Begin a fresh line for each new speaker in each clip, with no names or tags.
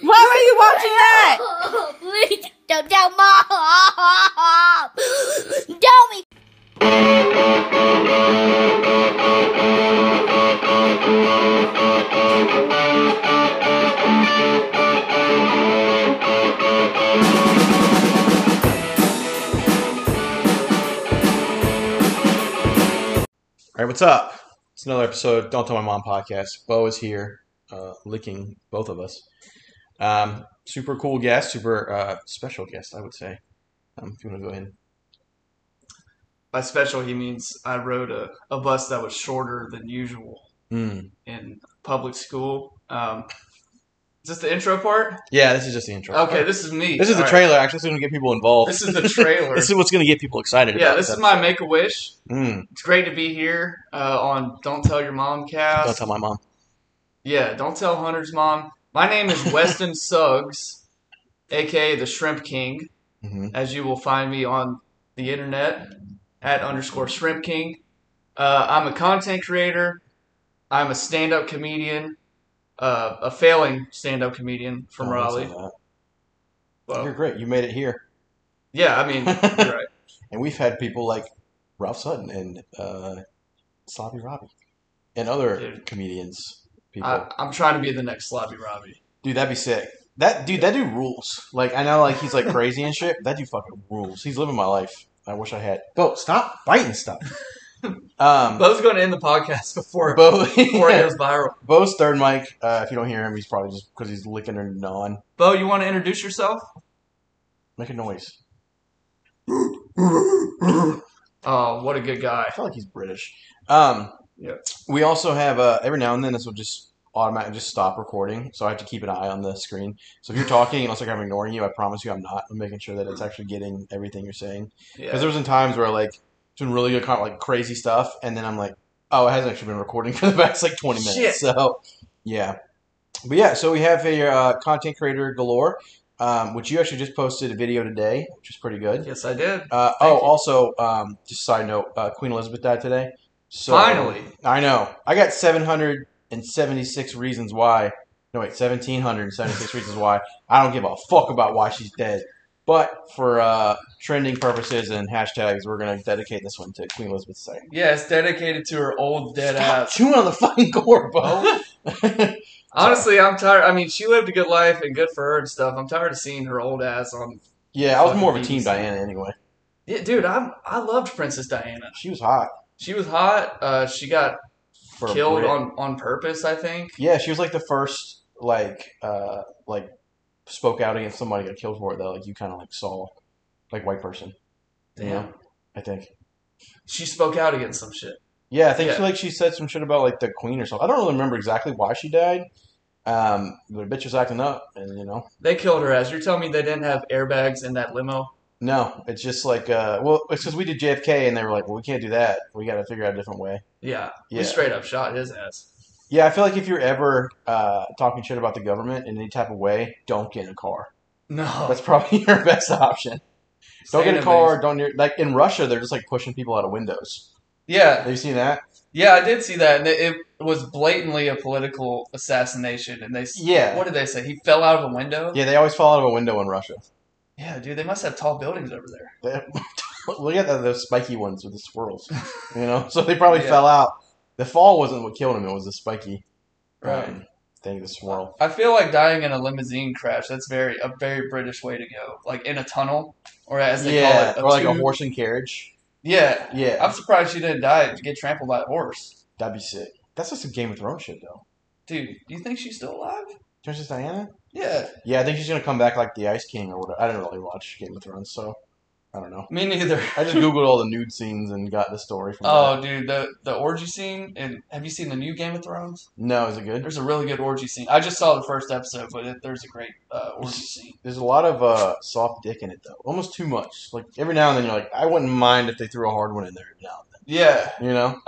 Why were you watching that?
Please don't tell mom. Tell me.
All right, what's up? It's another episode of Don't Tell My Mom podcast. Bo is here, uh, licking both of us. Um, super cool guest, super uh, special guest, I would say. Um, if you want to go ahead.
By special, he means I rode a, a bus that was shorter than usual
Mm.
in public school. Um, is this the intro part?
Yeah, this is just the intro.
Okay, this is me.
This is the
All right.
trailer, actually. This is going to get people involved.
This is the trailer.
This is what's going to get people excited
yeah,
about
this is my make a wish.
Mm,
It's great to be here uh, on Don't Tell Your Mom cast.
Don't Tell My Mom.
yeah, don't tell Hunter's mom. My name is Weston Suggs, aka the Shrimp King.
hmm
as you will find me on the internet at underscore shrimp king. Uh, I'm a content creator. I'm a stand up comedian, uh, a failing stand up comedian from Raleigh.
Oh, You're
Well,
great. You made it here.
yeah, I mean, you're right.
And we've had people like Ralph Sutton and uh, Sloppy Robbie and other
Dude.
comedians. People.
I, I'm trying to be the next Sloppy Robbie.
Dude, that'd be sick. That dude, that dude rules. Like I know, like he's like crazy and shit. but That dude fucking rules. He's living my life. I wish I had. Bo, stop biting stuff. Um,
Bo's going to end the podcast before,
Bo,
before it goes viral.
Bo's third mic. Uh, if you don't hear him, he's probably just because he's licking her non.
Bo, you want to introduce yourself?
Make a noise.
Oh, what a good guy.
I feel like he's British. Um,
Yeah.
We also have uh, every now and then this will just automatically just stop recording, so I have to keep an eye on the screen. So if you're talking and it looks like I'm ignoring you, I promise you I'm not. I'm making sure that it's actually getting everything you're saying. Because
Yeah.
there's been times where like it's been really good, con- like crazy stuff, and then I'm like, oh, it hasn't actually been recording for the past like 20 minutes.
Shit.
So yeah, but yeah, so we have a uh, content creator galore, um, which you actually just posted a video today, which is pretty good.
Yes, I did.
Uh, oh,
you.
also, um, just side note, uh, Queen Elizabeth died today. So
Finally.
I know I got 776 reasons why. No wait, 1776 reasons why I don't give a fuck about why she's dead. But for uh, trending purposes and hashtags, we're gonna dedicate this one to Queen Elizabeth II.
Yes, dedicated to her old dead
Stop
ass.
chewing on the fucking core, Bo.
Honestly, I'm tired. I mean, she lived a good life and good for her and stuff. I'm tired of seeing her old ass on.
yeah, I was more of a
Fucking
team
beast.
Diana anyway.
Yeah, dude, I'm I loved Princess Diana.
She was hot
She was hot. Uh, she got
for a
killed
Brit.
on on purpose, I think.
Yeah, she was like the first like uh like spoke out against somebody got killed for it that like you kind of like saw like white person. you
Damn.
know, I think.
She spoke out against some shit.
Yeah, I think she
Yeah.
like she said some shit about like the queen or something. I don't really remember exactly why she died. Um, but the bitch was acting up, and you know,
They killed her ass. You're telling me they didn't have airbags in that limo?
no, it's just like uh, well, it's because we did JFK, and they were like, well, we can't do that. We got to figure out a different way.
Yeah,
Yeah.
we straight up shot his ass.
Yeah, I feel like if you're ever uh, talking shit about the government in any type of way, don't get in a car.
No,
That's probably your best option. Don't get in a
Stand-up
car.
days.
Don't near like in Russia. They're just like pushing people out of windows. Have
Yeah,
you seen that?
yeah, I did see that, and it, it was blatantly a political assassination. And they, s-
Yeah.
what did they say? He fell out of a window.
Yeah, they always fall out of a window in Russia.
yeah dude, they must have tall buildings over there.
They- Look at the, those spiky ones with the swirls. You know, so they probably
Yeah.
fell out. The fall wasn't what killed him. It was the spiky um,
Right.
thing, the swirl.
I feel like dying in a limousine crash. That's very a very British way to go. Like in a tunnel, or as they
Yeah,
call it, a
or like a
tube.
horse and carriage.
Yeah,
Yeah,
I'm surprised you didn't die to get trampled by a horse,
that'd be sick. That's just some Game of Thrones shit, though.
dude. Do you think she's still alive?
Princess Diana.
Yeah,
Yeah, I think she's gonna come back like the Ice King or whatever. I didn't really watch Game of Thrones, so I don't know.
me neither.
I just googled all the nude scenes and got the story from. that.
Oh, dude, the the orgy scene, and have you seen the new Game of Thrones?
no, is it good?
There's a really good orgy scene. I just saw the first episode, but it, there's a great uh, orgy scene.
There's a lot of uh, soft dick in it though, almost too much. Like every now and then, you're like, I wouldn't mind if they threw a hard one in there every now
Yeah,
and then. You know?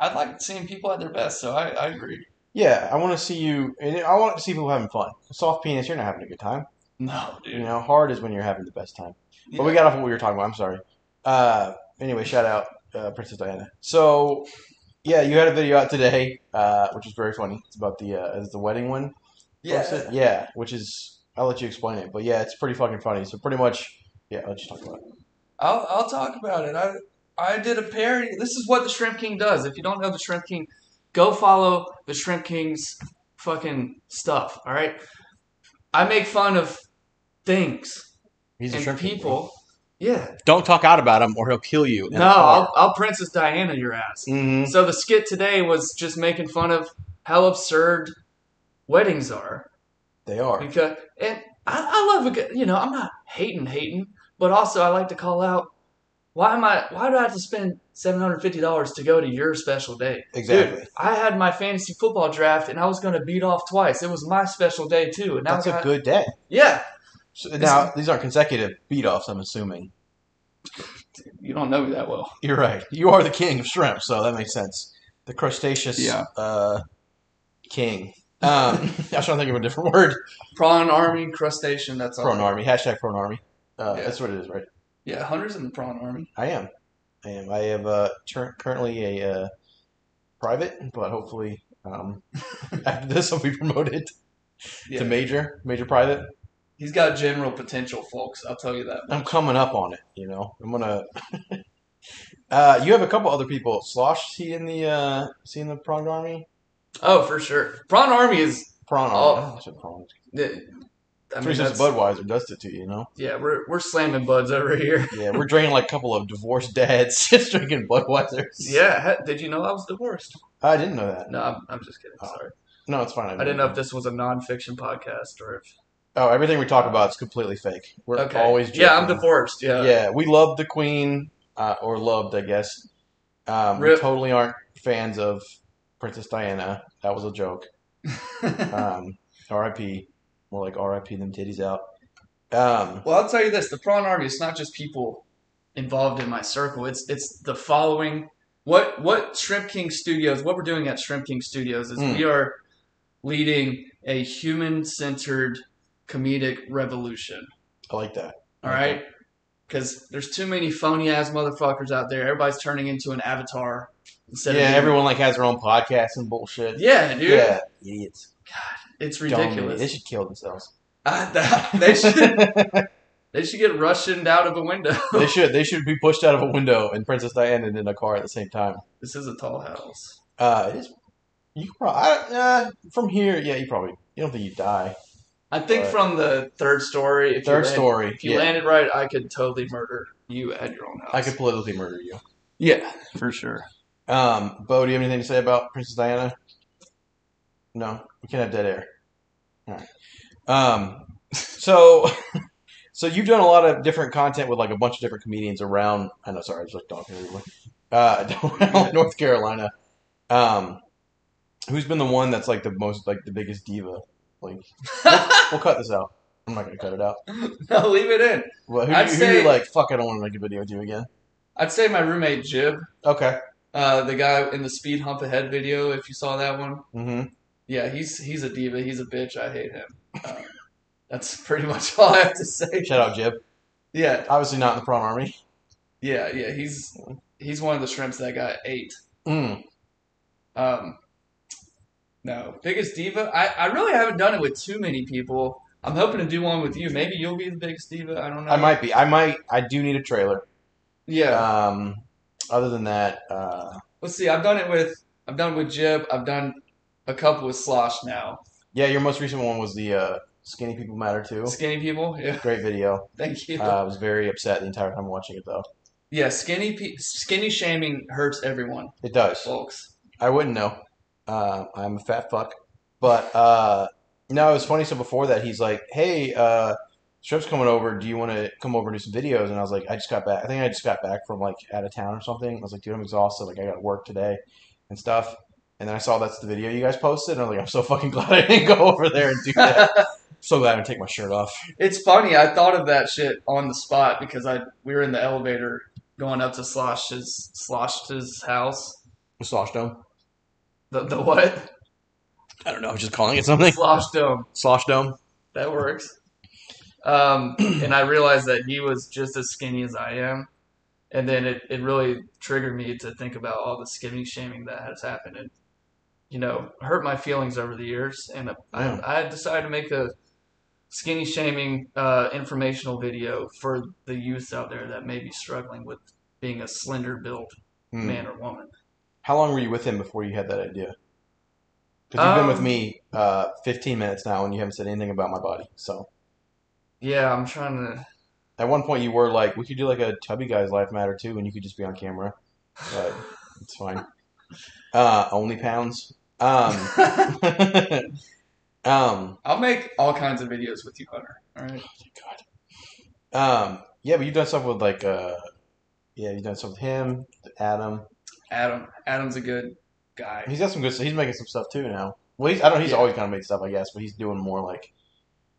I like seeing people at their best, so I, I agree.
Yeah, I want to see you, and I want to see people having fun. Soft penis, you're not having a good time.
No, dude.
You know, hard is when you're having the best time.
Yeah.
But we got off what we were talking about. I'm sorry. Uh, anyway, shout out uh, Princess Diana. So, yeah, you had a video out today, uh, which is very funny. It's about the uh, it's the wedding one, Yeah, yeah, which is I'll let you explain it, but yeah, it's pretty fucking funny. So pretty much, yeah, let's just talk about it.
I'll, I'll talk about it. I I did a parody. This is what the Shrimp King does. If you don't know the Shrimp King, go follow the Shrimp King's fucking stuff. All right. I make fun of things
He's a
and
shrimp king, bro.
people. Yeah.
Don't talk out about him, or he'll kill you. in a
No,
car.
I'll, I'll Princess Diana your ass.
Mhm.
So the skit today was just making fun of how absurd weddings are.
They are.
Because and I, I love a good, you know, I'm not hating hating, but also I like to call out why am I why do I have to spend seven hundred fifty dollars to go to your special day?
Exactly.
Dude, I had my fantasy football draft and I was gonna beat off twice. It was my special day too. And now
That's
I
a
got-
good day.
Yeah.
So now these aren't consecutive beat offs. I'm assuming.
You don't know me that well.
You're right. You are the king of shrimp, so that makes sense. The crustaceous
Yeah.
uh, king. Um, I was trying to think of a different word.
Prawn army crustacean, that's all.
Prone army. Hashtag prone army. Uh,
Yeah.
That's what it is, right?
Yeah, hunters in the prawn army.
I am. I am. I have uh, tur currently a uh, private, but hopefully um, after this I'll be promoted
Yeah.
to major, major private.
He's got general potential, folks, I'll tell you that.
I'm coming up on it. You know, I'm gonna. uh, you have a couple other people. Slosh, is he in the uh, is he in the prawn army?
Oh, for sure. Prawn army is
Prawn army. Oh, I said prawn.
Oh. I
I
mean,
mean,
that's-
Budweiser does it to you, you know.
Yeah, we're we're slamming buds over here.
Yeah, we're drinking like a couple of divorced dads just drinking Budweisers.
Yeah, ha- did you know I was divorced?
I didn't know that.
No, I'm, I'm just kidding. Sorry,
No, it's fine.
I didn't know if this was a nonfiction podcast or if.
Oh, everything we talk about is completely fake. We're
Okay.
always joking.
yeah, I'm divorced. Yeah.
Yeah, we love the Queen, uh, or loved, I guess. Um, we
Rip.
totally aren't fans of Princess Diana. That was a joke. Um, R.I.P. More like R.I.P. Them titties out. Um,
well, I'll tell you this: the prawn army. It's not just people involved in my circle. It's it's the following. What what Shrimp King Studios? What we're doing at Shrimp King Studios is
Mm.
we are leading a human centered comedic revolution.
I like that.
All
Okay.
right. Because there's too many phony ass motherfuckers out there. Everybody's turning into an avatar instead
yeah,
of being-
everyone like has their own podcast and bullshit.
Yeah, dude.
yeah, idiots.
It's
Dumb idiots.
ridiculous.
They should kill themselves.
Ah, that- they should they should get Russianed out of a window.
They should. They should be pushed out of a window and Princess Diana and in a car at the same time.
this is a tall house.
Uh, it is. You probably uh, from here. Yeah, you probably. You don't think you die.
I think
Right.
from the third story, if
Third
you land,
story.
if you
Yeah,
landed right, I could totally murder you at your own house.
I could politically murder you.
yeah, for sure.
Um, Bo, do you have anything to say about Princess Diana? No, we can have dead air. All right. Um, so, so you've done a lot of different content with like a bunch of different comedians around. I know, sorry, I was like talking to everyone. Uh, around North Carolina. Um, who's been the one that's like the most like the biggest diva? Like, we'll cut this out. I'm not gonna cut it out.
no, leave it in.
Well, who, do you,
I'd
who
say-
you like? Fuck, I don't want to make a video with you again.
I'd say my roommate Jib,
Okay.
uh, the guy in the speed hump ahead video, if you saw that one.
hmm
Yeah, he's he's a diva. He's a bitch. I hate him. Um, that's pretty much all I have to say.
Shout out Jib.
Yeah,
Obviously not in the prawn army.
yeah, yeah. He's he's one of the shrimps that got eight.
Mm.
Um, no, biggest diva. I I really haven't done it with too many people. I'm hoping to do one with you. Maybe you'll be the biggest diva. I don't know.
I might be. I might. I do need a trailer.
Yeah.
Um. Other than that, uh,
Let's see. I've done it with I've done with Jib. I've done a couple with Slosh now.
yeah, your most recent one was the uh, Skinny People Matter too.
Skinny people. Yeah.
Great video.
Thank you.
Uh, I was very upset the entire time watching it though.
yeah. Skinny pe- skinny shaming hurts everyone,
It does.
folks.
I wouldn't know. Uh, I'm a fat fuck. But uh, no, it was funny. So before that, he's like, "Hey, uh, Strip's coming over. Do you want to come over and do some videos?" And I was like, "I just got back. I think I just got back from like out of town or something." I was like, "Dude, I'm exhausted. Like, I got to work today and stuff." And then I saw that's the video you guys posted, and I was like, "I'm so fucking glad I didn't go over there and do that. so glad I didn't take my shirt off."
It's funny. I thought of that shit on the spot because I we were in the elevator going up to Slosh's Slosh's house.
Slosh dome.
The the what?
I don't know. I was just calling it something.
Slosh Dome.
Slosh dome.
That works. Um, and I realized that he was just as skinny as I am, and then it, it really triggered me to think about all the skinny shaming that has happened in you know, hurt my feelings over the years, and
Yeah.
I, I decided to make a skinny shaming uh, informational video for the youth out there that may be struggling with being a slender built
Hmm.
man or woman.
How long were you with him before you had that idea? Because you've been with
Um,
me uh, 15 minutes now, and you haven't said anything about my body. So
Yeah, I'm trying to.
at one point, you were like, "We could do like a chubby guy's life matter too, and you could just be on camera." But it's fine. Uh, only pounds. Um, um,
I'll make all kinds of videos with you, Hunter. All right.
um, yeah, but you've done stuff with like, uh, yeah, you've done stuff with him, Adam.
Adam. Adam's a good guy.
He's got some good. stuff. He's making some stuff too now. Well, he's, I don't. He's
Yeah.
always kind of made stuff, I guess, but he's doing more like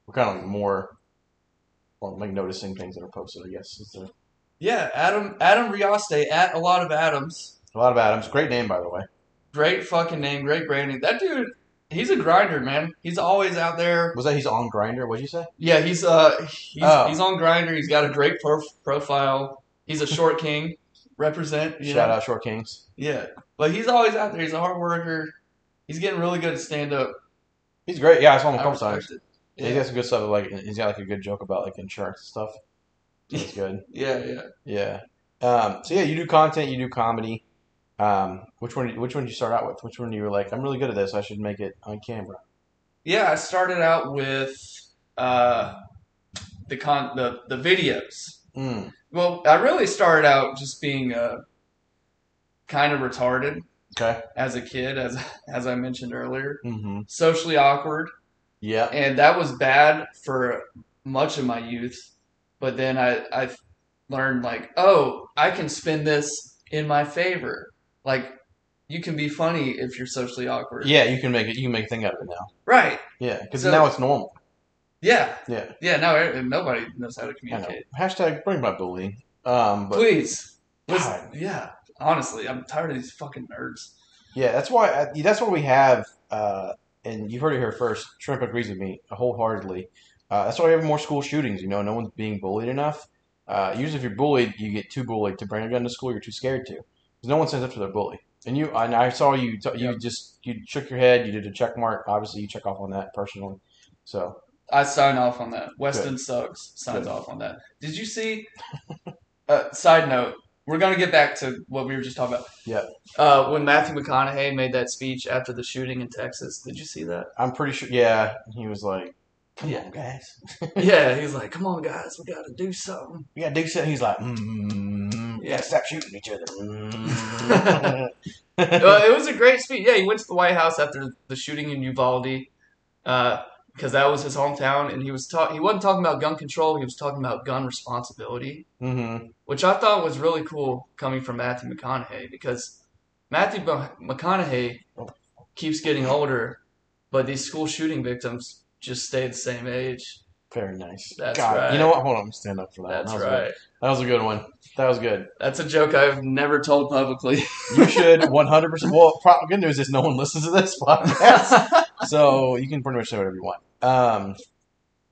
we're kind of like more, well, like noticing things that are posted. I guess It's a,
Yeah, Adam. Adam Rioste at a lot of Adams.
a lot of Adams. Great name, by the way.
Great fucking name. Great branding. That dude. He's a grinder, man. He's always out there.
Was that he's on Grinder? What'd you say?
Yeah, he's uh, he's,
Oh.
he's on grinder. He's got a great prof- profile. He's a short king. Represent. you
Shout
know?
out Short Kings.
Yeah, but he's always out there. He's a hard worker. He's getting really good at stand up.
He's great. Yeah, I saw him a
I
couple
respect
times.
it.
Yeah. He's got some good stuff. Like he's got like a good joke about like insurance and stuff. That's good.
Yeah, yeah.
Yeah. Um, so yeah, you do content, you do comedy. Um, which one? Which one did you start out with? Which one you were like, I'm really good at this. I should make it on camera.
Yeah, I started out with uh, the con the the videos.
Mm.
Well, I really started out just being uh, kind of retarded
Okay.
as a kid, as as I mentioned earlier,
Mm-hmm.
socially awkward,
Yeah.
and that was bad for much of my youth. But then I I learned like, oh, I can spin this in my favor. Like, you can be funny if you're socially awkward.
Yeah, you can make it. You can make a thing out of it now.
Right.
Yeah, because
So-
now it's normal.
Yeah.
Yeah.
Yeah. No, e, nobody knows how to
I know.
communicate.
Hashtag bring my bullying. Um, but
Please. Listen,
God.
yeah. Honestly, I'm tired of these fucking nerds.
yeah, that's why. I, that's what we have. Uh, and you've heard it here first. Shrimp agrees with me wholeheartedly. Uh, that's why we have more school shootings. You know, no one's being bullied enough. Uh, usually, if you're bullied, you get too bullied to bring a gun to school. You're too scared to. 'Cause no one stands up to their bully. And you, and I saw you. T- you just you shook your head. You did a check mark. Obviously, you check off on that personally. So
I sign off on that. Weston Suggs signs
Good.
off on that. Did you see? uh, side note: We're gonna get back to what we were just talking about.
Yeah.
Uh, when Matthew McConaughey made that speech after the shooting in Texas, did you see that?
I'm pretty sure. Yeah, he was like, "Come
Yeah.
on, guys."
yeah, he's like, "Come on, guys, we gotta do something."
We got Dixon. He's like, mm, yeah,
Yeah.
stop shooting each other. Mm.
Uh, it was a great speech. Yeah, he went to the White House after the shooting in Uvalde, because that was his hometown, and he was talk. He wasn't talking about gun control. He was talking about gun responsibility.
hmm
which I thought was really cool coming from Matthew McConaughey because Matthew Bo- McConaughey keeps getting older, but these school shooting victims just stay the same age.
Very nice.
That's
God,
right.
You know what? Hold on, I'm stand up for that.
That's
one. that was
right.
Good. That was a good one. That was good.
That's a joke I've never told publicly.
You should 100. percent Well, pro- good news is no one listens to this podcast, so you can pretty much say whatever you want. Um,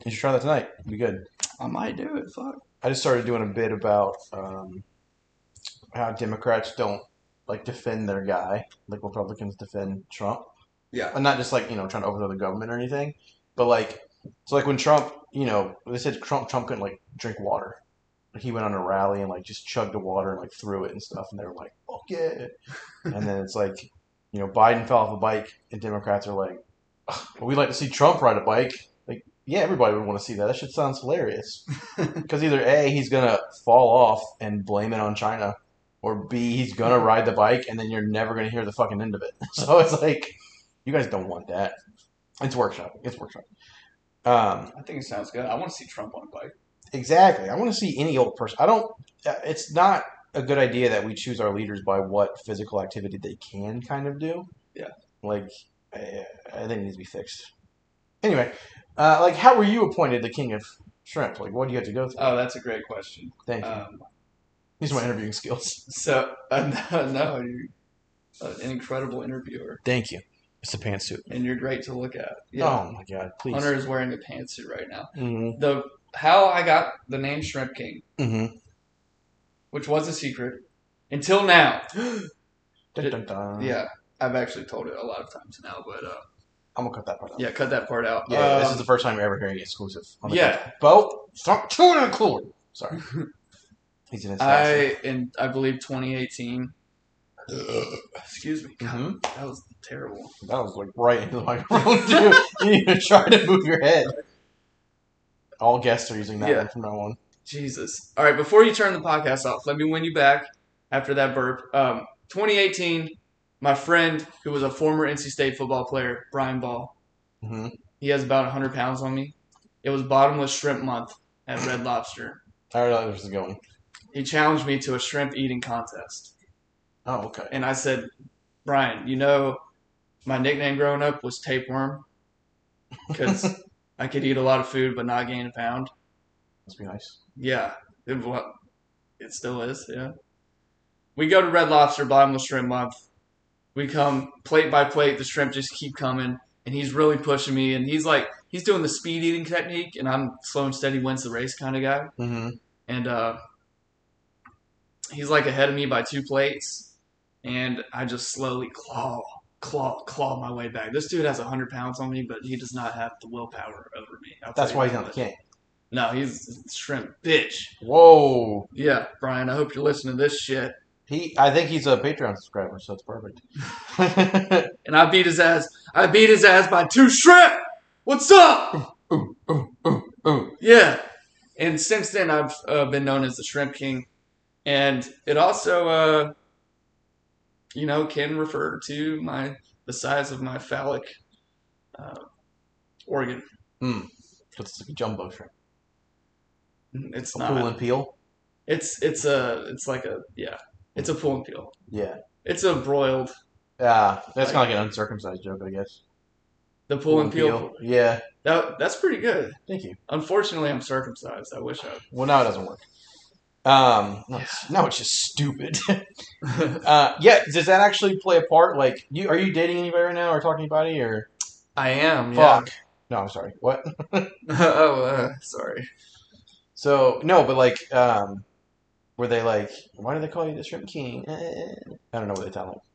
you should try that tonight. It'd be good.
I might do it. Fuck.
I just started doing a bit about um, how Democrats don't like defend their guy, like Republicans defend Trump.
Yeah.
and not just like you know trying to overthrow the government or anything, but like so like when Trump, you know, they said Trump Trump couldn't like drink water. Like he went on a rally and like just chugged the water and like threw it and stuff, and they were like, "Fuck yeah!" and then it's like, you know, Biden fell off a bike, and Democrats are like, "Ugh, "We'd like to see Trump ride a bike." Like, yeah, everybody would want to see that. That shit sounds hilarious. Because either a he's gonna fall off and blame it on China, or b he's gonna ride the bike and then you're never gonna hear the fucking end of it. So it's like, you guys don't want that. It's workshop. It's workshop. Um,
I think it sounds good. I want to see Trump on a bike.
exactly. I want to see any old person. I don't. uh, It's not a good idea that we choose our leaders by what physical activity they can kind of do.
Yeah.
Like, I, I think it needs to be fixed. Anyway, uh, like, how were you appointed the king of shrimp? Like, what do you have to go through?
Oh, that's a great question.
Thank you.
Um,
These are my interviewing skills.
so, uh, no, no, you're an incredible interviewer,
Thank you. It's a pantsuit.
and you're great to look at.
Oh my god! Please.
Hunter is wearing a pantsuit right now.
hmm
the how I got the name Shrimp King,
hmm
which was a secret until now.
Dun, dun, dun.
Yeah, I've actually told it a lot of times now, but uh,
I'm gonna cut that part out. Uh,
yeah, cut that part out.
Yeah,
Um,
this is the first time you're ever hearing it exclusive. On the
yeah.
couch. Bo, stop chewing on the cooler. Sorry. He's an assassin.
I in I believe 2018. Excuse me, God,
Mhm.
that was terrible.
That was like right into the microphone, dude. You didn't even try to move your head. All guests are using that
Yeah.
one from now on.
Jesus. All right, before you turn the podcast off, let me win you back after that burp. Um, 2018, my friend who was a former NC State football player, Brian Ball.
hmm
He has about 100 pounds on me. It was bottomless shrimp month at Red Lobster.
I already know where this is going.
He challenged me to a shrimp eating contest.
Oh, okay.
And I said, Brian, you know, my nickname growing up was tapeworm because I could eat a lot of food but not gain a pound.
Must be nice.
Yeah, it, wa- it still is. Yeah. We go to Red Lobster, bottomless shrimp month. We come plate by plate. The shrimp just keep coming, and he's really pushing me. And he's like, he's doing the speed eating technique, and I'm slow and steady wins the race kind of guy
Mm-hmm.
and uh, he's like ahead of me by two plates, and I just slowly claw, claw, claw my way back. This dude has hundred pounds on me, but he does not have the willpower over me. I'll
That's
tell you
why he's
that
not the
much.
king.
No, he's a shrimp bitch.
Whoa.
Yeah, Brian, I hope you're listening to this shit.
He, I think he's a Patreon subscriber, so it's perfect.
And I beat his ass. I beat his ass by two shrimp. What's up?
ooh, ooh, ooh, ooh.
Yeah. And since then, I've uh, been known as the Shrimp King, and it also, uh, you know, can refer to my the size of my phallic uh, organ.
It's Hmm. like a jumbo shrimp.
It's
A pool
not.
and peel.
It's it's a it's like a yeah. It's a pull and peel.
Yeah.
It's a broiled.
Yeah. That's kind of like an uncircumcised joke, I guess.
The pull and peel.
Yeah.
That, that's pretty good.
Thank you.
Unfortunately, I'm circumcised. I wish I.
Well, now it doesn't work. Um, no, it's, now it's just stupid. uh, yeah, does that actually play a part? Like, you are you dating anybody right now, or talking to anybody, or
I am. Yeah.
fuck? No, I'm sorry. What?
oh, uh, sorry.
So no, but like, um, were they like, why do they call you the Shrimp King? Eh, eh, eh. I don't know what they tell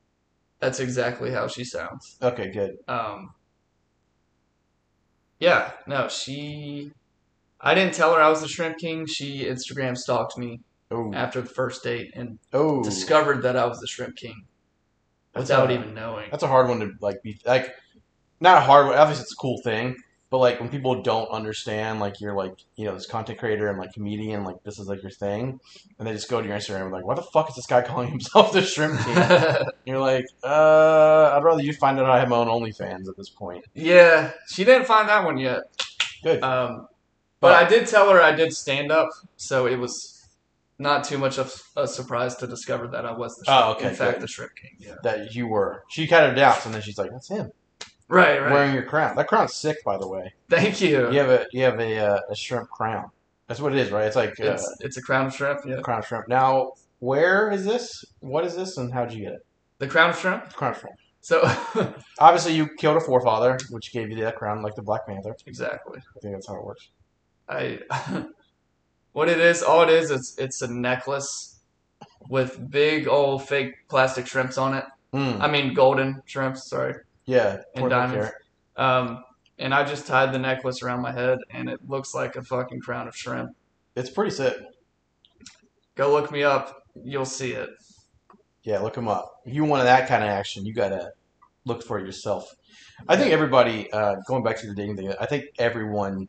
That's exactly how she sounds.
them. Okay, good.
um yeah no she i didn't tell her i was the shrimp king she instagram stalked me
Oh,
after the first date and
oh,
discovered that i was the shrimp king
That's
without
a-
even knowing
that's a hard one to like be like, not a hard one. Obviously, it's a cool thing, but like when people don't understand, like you're like you know this content creator and like comedian, like this is like your thing, and they just go to your Instagram and like, why the fuck is this guy calling himself the Shrimp King? You're like, uh, I'd rather you find out I have my own OnlyFans at this point.
yeah she didn't find that one yet
Good.
um but i did tell her i did stand up so it was not too much of a surprise to discover that i was the shrimp,
Oh, okay,
in fact
good.
the shrimp king yeah
that you were. She kind of doubts, and then she's like, "That's him
right right
wearing your crown. That crown's sick, by the way.
thank you
You have a you have a, uh, a shrimp crown. That's what it is, right? It's like uh,
it's, it's a crown of shrimp yeah
crown of shrimp. Now, where is this? What is this, and how did you get it?
the crown of shrimp
Crown of shrimp.
so
Obviously, you killed a forefather, which gave you that crown, like the Black Panther.
Exactly.
I think that's how it works.
I what it is, all it is, it's it's a necklace with big old fake plastic shrimps on it.
Mm.
I mean golden shrimps, sorry.
Yeah,
And diamonds. Um and I just tied the necklace around my head and it looks like a fucking crown of shrimp.
It's pretty sick.
Go look me up, you'll see it.
Yeah, look him up. If you wanted that kind of action, you gotta look for it yourself. I think everybody, uh, going back to the dating thing, I think everyone,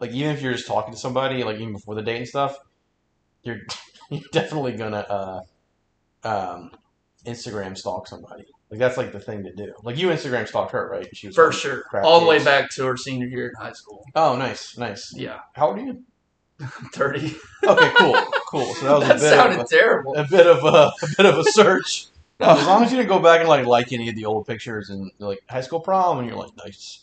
like even if you're just talking to somebody, like even before the date and stuff, you're you're definitely gonna uh, um, Instagram stalk somebody. Like that's like the thing to do. Like you Instagram stalked her, right? She was
For
like,
sure.
crap
All the way
dates.
back to her senior year in high school.
Oh, nice, nice.
Yeah.
How old are you?
Thirty.
Okay, cool, cool. So that was a
That
bit
sounded
of
terrible.
a, a bit of a, a bit of a search. No, as long as you didn't go back and like like any of the old pictures and like high school prom, and you're like, nice.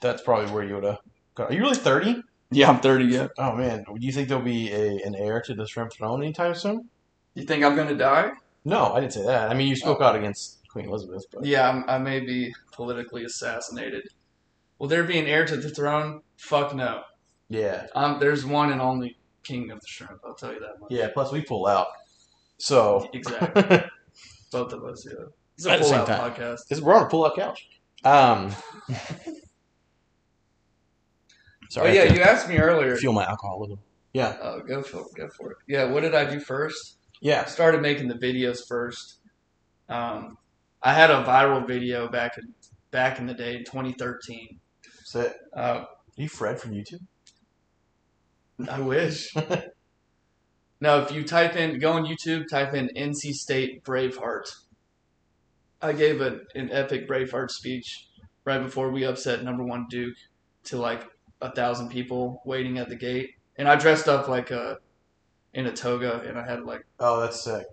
That's probably where you would have. Are you really thirty?
yeah, I'm thirty yet.
Oh man, do you think there'll be a an heir to the shrimp throne anytime soon?
You think I'm gonna die?
No, I didn't say that. I mean, you spoke out against Queen Elizabeth, but
Oh. Yeah, I'm, I may be politically assassinated. Will there be an heir to the throne? Fuck no.
yeah,
Um, there's one and only king of the shrimp. I'll tell you that much.
yeah. Plus, we pull out, so
Exactly. Both of us. Yeah. It's a
At the same
pull-out
time.
podcast.
This we're on a pull-out couch. Um, sorry.
oh
I
yeah,
have to
you asked me earlier.
fuel my alcoholism. Yeah,
Oh, go for it. Go for it. Yeah, what did I do first? I
yeah.
started making the videos first. Um, I had a viral video back in back in the day in 2013.
So, are
Uh,
you Fred from YouTube?
I wish. no, if you type in, go on YouTube, type in NC State Braveheart. I gave an, an epic Braveheart speech right before we upset number one Duke to like a thousand people waiting at the gate, and I dressed up like a in a toga, and I had like
Oh, that's sick.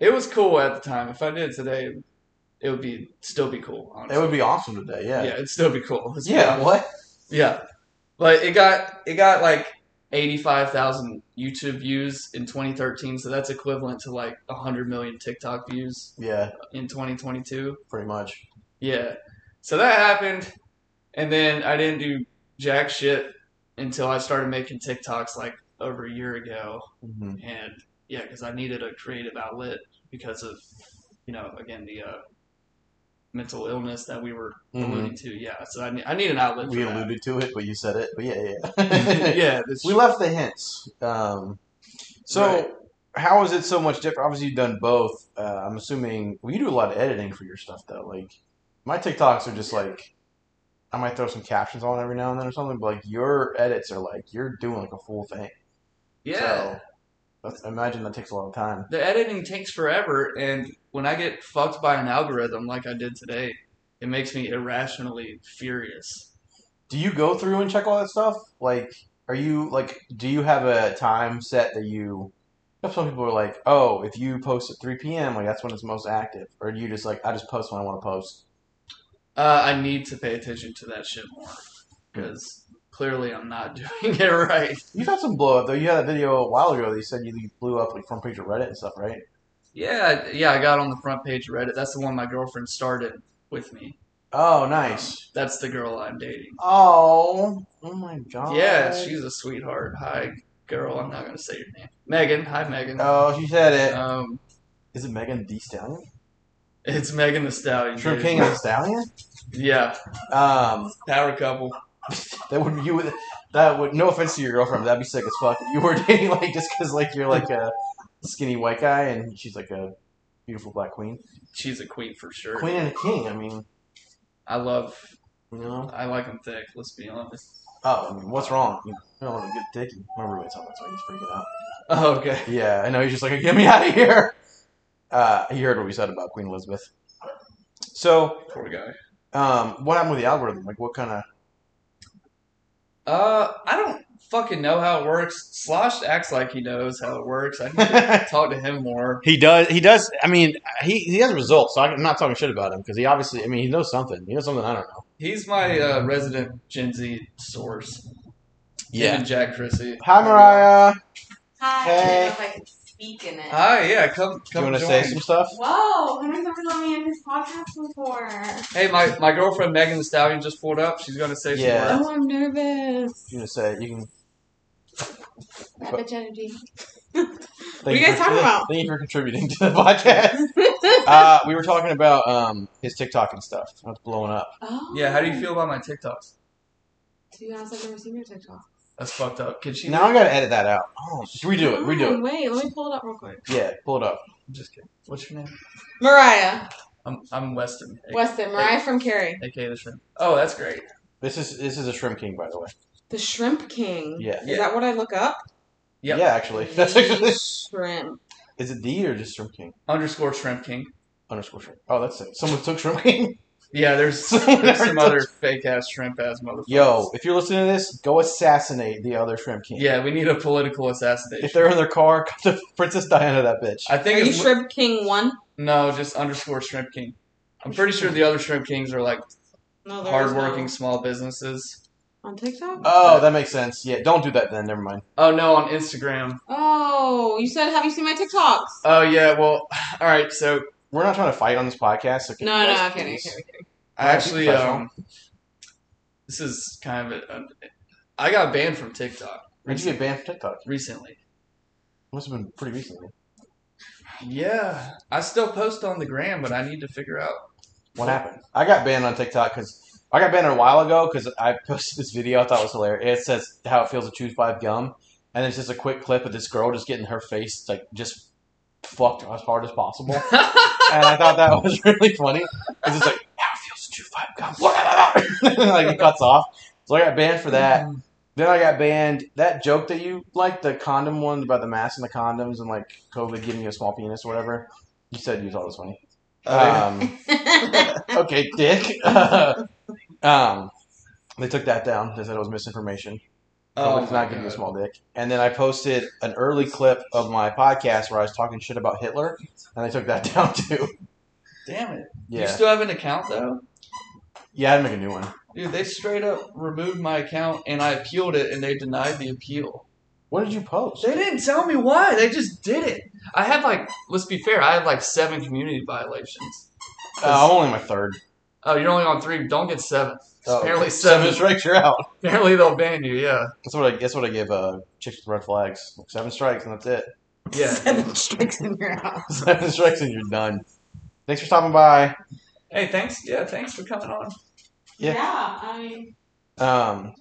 it was cool at the time. If I did it today, it would be still be cool. Honestly.
That would be awesome today.
yeah.
Yeah.
it'd still be cool. Let's be
Yeah.
honest.
What?
Yeah, but it got it got like eighty five thousand YouTube views in twenty thirteen, so that's equivalent to like hundred million TikTok views
Yeah.
in twenty twenty two.
Pretty much.
Yeah, so that happened, and then I didn't do jack shit until I started making TikToks like over a year ago,
hmm
and yeah, because I needed a creative outlet because of you know again the uh, mental illness that we were alluding to. Yeah, so I, ne- I need an outlet.
Mm-hmm. We
for that.
alluded to it, but you said it. But yeah, yeah.
yeah, that's
We left the hints. Um, so,
Right.
how is it so much different? Obviously, you've done both. Uh, I'm assuming well, you do a lot of editing for your stuff, though. Like my TikToks are just like I might throw some captions on every now and then or something, but like your edits are like you're doing like a full thing.
Yeah,
So, that's, I imagine that takes a lot of time.
the editing takes forever, and when I get fucked by an algorithm like I did today, it makes me irrationally furious.
Do you go through and check all that stuff? Like, are you like, do you have a time set that you? Some people are like, oh, if you post at 3 p.m., like that's when it's most active. Or do you just like, I just post when I want to post?
Uh, I need to pay attention to that shit more because clearly I'm not doing it right.
You've had some blow up though. You had a video a while ago that you said you blew up like front page of Reddit and stuff, right?
Yeah, I- yeah, I got on the front page of Reddit. That's the one my girlfriend started with me.
Oh, nice.
That's the girl I'm dating.
Oh, oh my god.
Yeah, she's a sweetheart. Hi, girl. I'm not gonna say your name. Megan. Hi, Megan.
Oh, she said it.
Um,
Is it Megan the Stallion?
it's Megan the Stallion.
Shrimp
dude.
King and the Stallion?
Yeah,
Um,
power couple.
that would you would that would no offense to your girlfriend, but that'd be sick as fuck. if You were dating like just because like you're like a skinny white guy and she's like a beautiful black queen,
She's a queen for sure.
queen and a king. I mean,
I love.
you know.
I like them thick. Let's be honest.
Oh, I mean, what's wrong? You don't want a good dicky. My roommate's on, that's why he's freaking out.
Oh, okay.
Yeah, I know. He's just like, get me out of here. Uh, he heard what we said about Queen Elizabeth. So,
Poor guy.
um, what happened with the algorithm? Like, what kind of?
Uh, I don't fucking know how it works. Slosh acts like he knows how it works. I need to
he
talk to him more.
does. He does. I mean, he he has results. So I'm not talking shit about him because he obviously. I mean, he knows something. He knows something I don't know.
He's my uh, resident Gen Z source. Him and Jack Chrissy.
Hi, Mariah.
Hi.
Hey.
I don't know if I can speak in it.
Hi. Yeah.
Do
Come.
you
Come
want to
join.
say some stuff?
Whoa, when has everyone let me in this podcast before?
Hey, my, my girlfriend Megan the Stallion just pulled up. She's gonna say
Yeah.
some
Oh, I'm nervous.
You want to say you can.
That bitch energy.
Thank
What are you guys
for-
talking about?
Thank you for contributing to the podcast. uh, we were talking about um, his TikTok and stuff. It's blowing up.
Oh.
words. Yeah. How do you feel about my TikToks?
To be honest, I've never seen your TikTok.
That's fucked up. Can she?
Now I gotta edit that out. Oh, just redo it.
Oh,
Redo it.
Wait, let me pull it up real quick.
Yeah, pull it up.
I'm just kidding. What's your name?
Mariah
I'm I'm Weston.
Weston, Mariah from Carrie,
AKA the shrimp. Oh, that's great.
This is this is a shrimp king, by the way.
the Shrimp King.
Yeah.
Is that what I look up?
Yep.
Yeah, actually, that's actually.
The shrimp.
Is it D or just shrimp king
Underscore shrimp king.
underscore shrimp? Oh, that's it. Someone took shrimp king.
Yeah, there's, there's some other fake ass shrimp ass motherfuckers.
Yo, if you're listening to this, go assassinate the other shrimp king.
Yeah, we need a political assassination.
If they're in their car, cut the Princess Diana that bitch.
I
Are
think
you
it's
Shrimp King one?
no, just underscore shrimp king. I'm pretty sure the other shrimp kings are like
No, there is
hardworking small businesses.
no. on TikTok.
Oh, that makes sense. Yeah, don't do that then. Never mind.
Oh no, on Instagram.
Oh, you said, have you seen my TikToks?
Oh yeah, well, all right. So
We're not trying to fight on this podcast. So
No, no, I'm kidding. I'm kidding.
I
Alright,
actually,
professional.
um, this is kind of a, I got banned from TikTok
Did you get banned from TikTok?
recently.
Must have been pretty recently.
Yeah, I still post on the gram, but I need to figure out.
What happened? I got banned on TikTok because I got banned a while ago because I posted this video I thought was hilarious. It says how it feels to chew five gum, and it's just a quick clip of this girl just getting her face like just fucked as hard as possible. and I thought that was really funny. It's just like how it feels to chew five gum, like it cuts off. So I got banned for that. Then I got banned. That joke that you like the condom one about the mask and the condoms and like COVID giving you a small penis or whatever. You said you thought it was funny.
Oh,
Um, okay, dick. um, they took that down. They said it was misinformation. Oh, it's not giving you a small dick. And then I posted an early clip of my podcast where I was talking shit about Hitler, and they took that down too.
Damn it! You
Yeah,
still have an account though,
yeah, I had to make a new one.
dude. They straight up removed my account, and I appealed it, and they denied the appeal.
What did you post?
They didn't tell me why. They just did it. I had like, let's be fair, I had like seven community violations.
Uh, I'm only my third.
Oh, you're only on three. Don't get seven.
Oh,
Apparently seven.
strikes, you're out.
Apparently they'll ban you. Yeah,
That's what I guess. What I give uh, chicks with red flags. Seven strikes, and that's it.
yeah.
Seven strikes in your house.
Seven strikes, and you're done. Thanks for stopping by.
Hey, thanks. Yeah, thanks for coming on.
Yeah.
I
Um,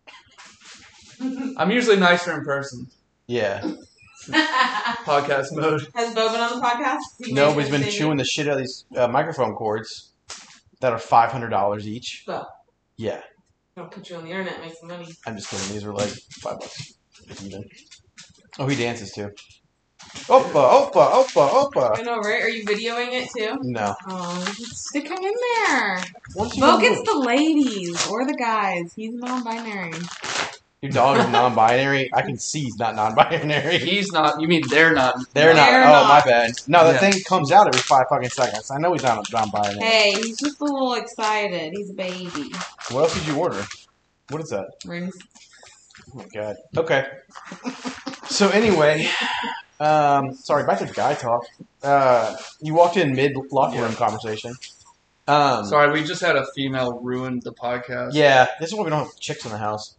mean.
I'm usually nicer in person.
yeah,
Has
Podcast mode.
Bo been on the podcast? You guys
nobody's been
seen it?
chewing the shit out of these uh, microphone cords that are five hundred dollars each.
So.
Yeah,
I'll put you on the internet, make some money.
I'm just kidding. These were like five bucks even. Oh, he dances too. Opa, opa, opa, opa.
I know, right? Are you videoing it too?
No.
Oh, stick him in there.
Once you
Bo
remove-
gets the ladies or the guys. He's non-binary.
Your dog is non-binary. I can see he's not non-binary.
He's not. You mean they're not?
They're not.
They're
oh,
not.
my bad. No, the
Yeah.
thing comes out every five fucking seconds. I know he's not non-binary.
Hey, he's just a little excited. He's a baby.
What else did you order? What is that?
Rings.
Oh my god. Okay. So anyway, um, sorry. Back to guy talk. Uh, you walked in mid locker room conversation. Um,
Sorry, we just had a female ruin the podcast.
Yeah, this is why we don't have chicks in the house.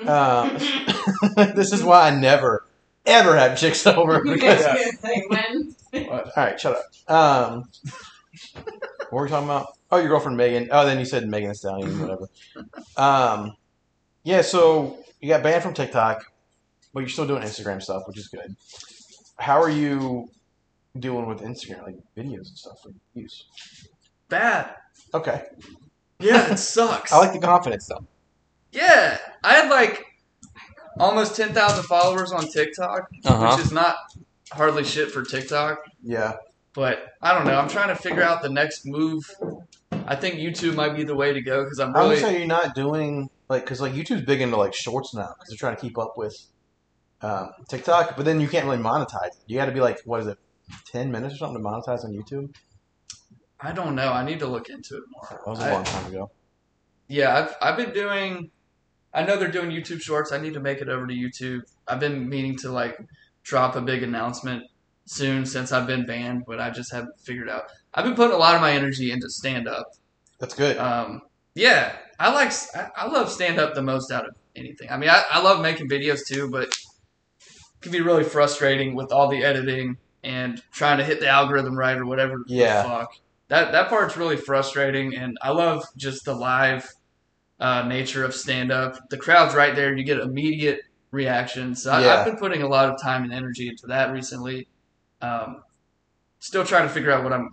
Um, this is why I never, ever have chicks over. Because,
Yeah.
Segment.
All right, shut up. Um, what were we talking about? Oh, your girlfriend Megan. Oh, then you said Megan Thee Stallion, whatever. Um, yeah, so you got banned from TikTok, but you're still doing Instagram stuff, which is good. How are you doing with Instagram, like videos and stuff, like use?
Bad.
Okay,
Yeah, it sucks.
I like the confidence though.
yeah, I had like almost ten thousand followers on TikTok, which is not hardly shit for TikTok.
Yeah.
But I don't know. I'm trying to figure out the next move. I think YouTube might be the way to go because I'm
I
really
would say you're not doing like because like YouTube's big into like shorts now because they're trying to keep up with um, TikTok, but then you can't really monetize. it. You got to be like what is it, ten minutes or something to monetize on YouTube?
I don't know. I need to look into it more.
That was a
I-
long time ago.
Yeah, I've I've been doing. I know they're doing YouTube Shorts. I need to make it over to YouTube. I've been meaning to like drop a big announcement soon since I've been banned, but I just haven't figured out. I've been putting a lot of my energy into stand up.
That's good.
Um, yeah, I like I, I love stand up the most out of anything. I mean, I, I love making videos too, but it can be really frustrating with all the editing and trying to hit the algorithm right or whatever. the
Yeah.
fuck. That that part's really frustrating, and I love just the live uh, nature of stand up. The crowd's right there; you get immediate reactions. So I,
Yeah.
I've been putting a lot of time and energy into that recently. Um, still trying to figure out what I'm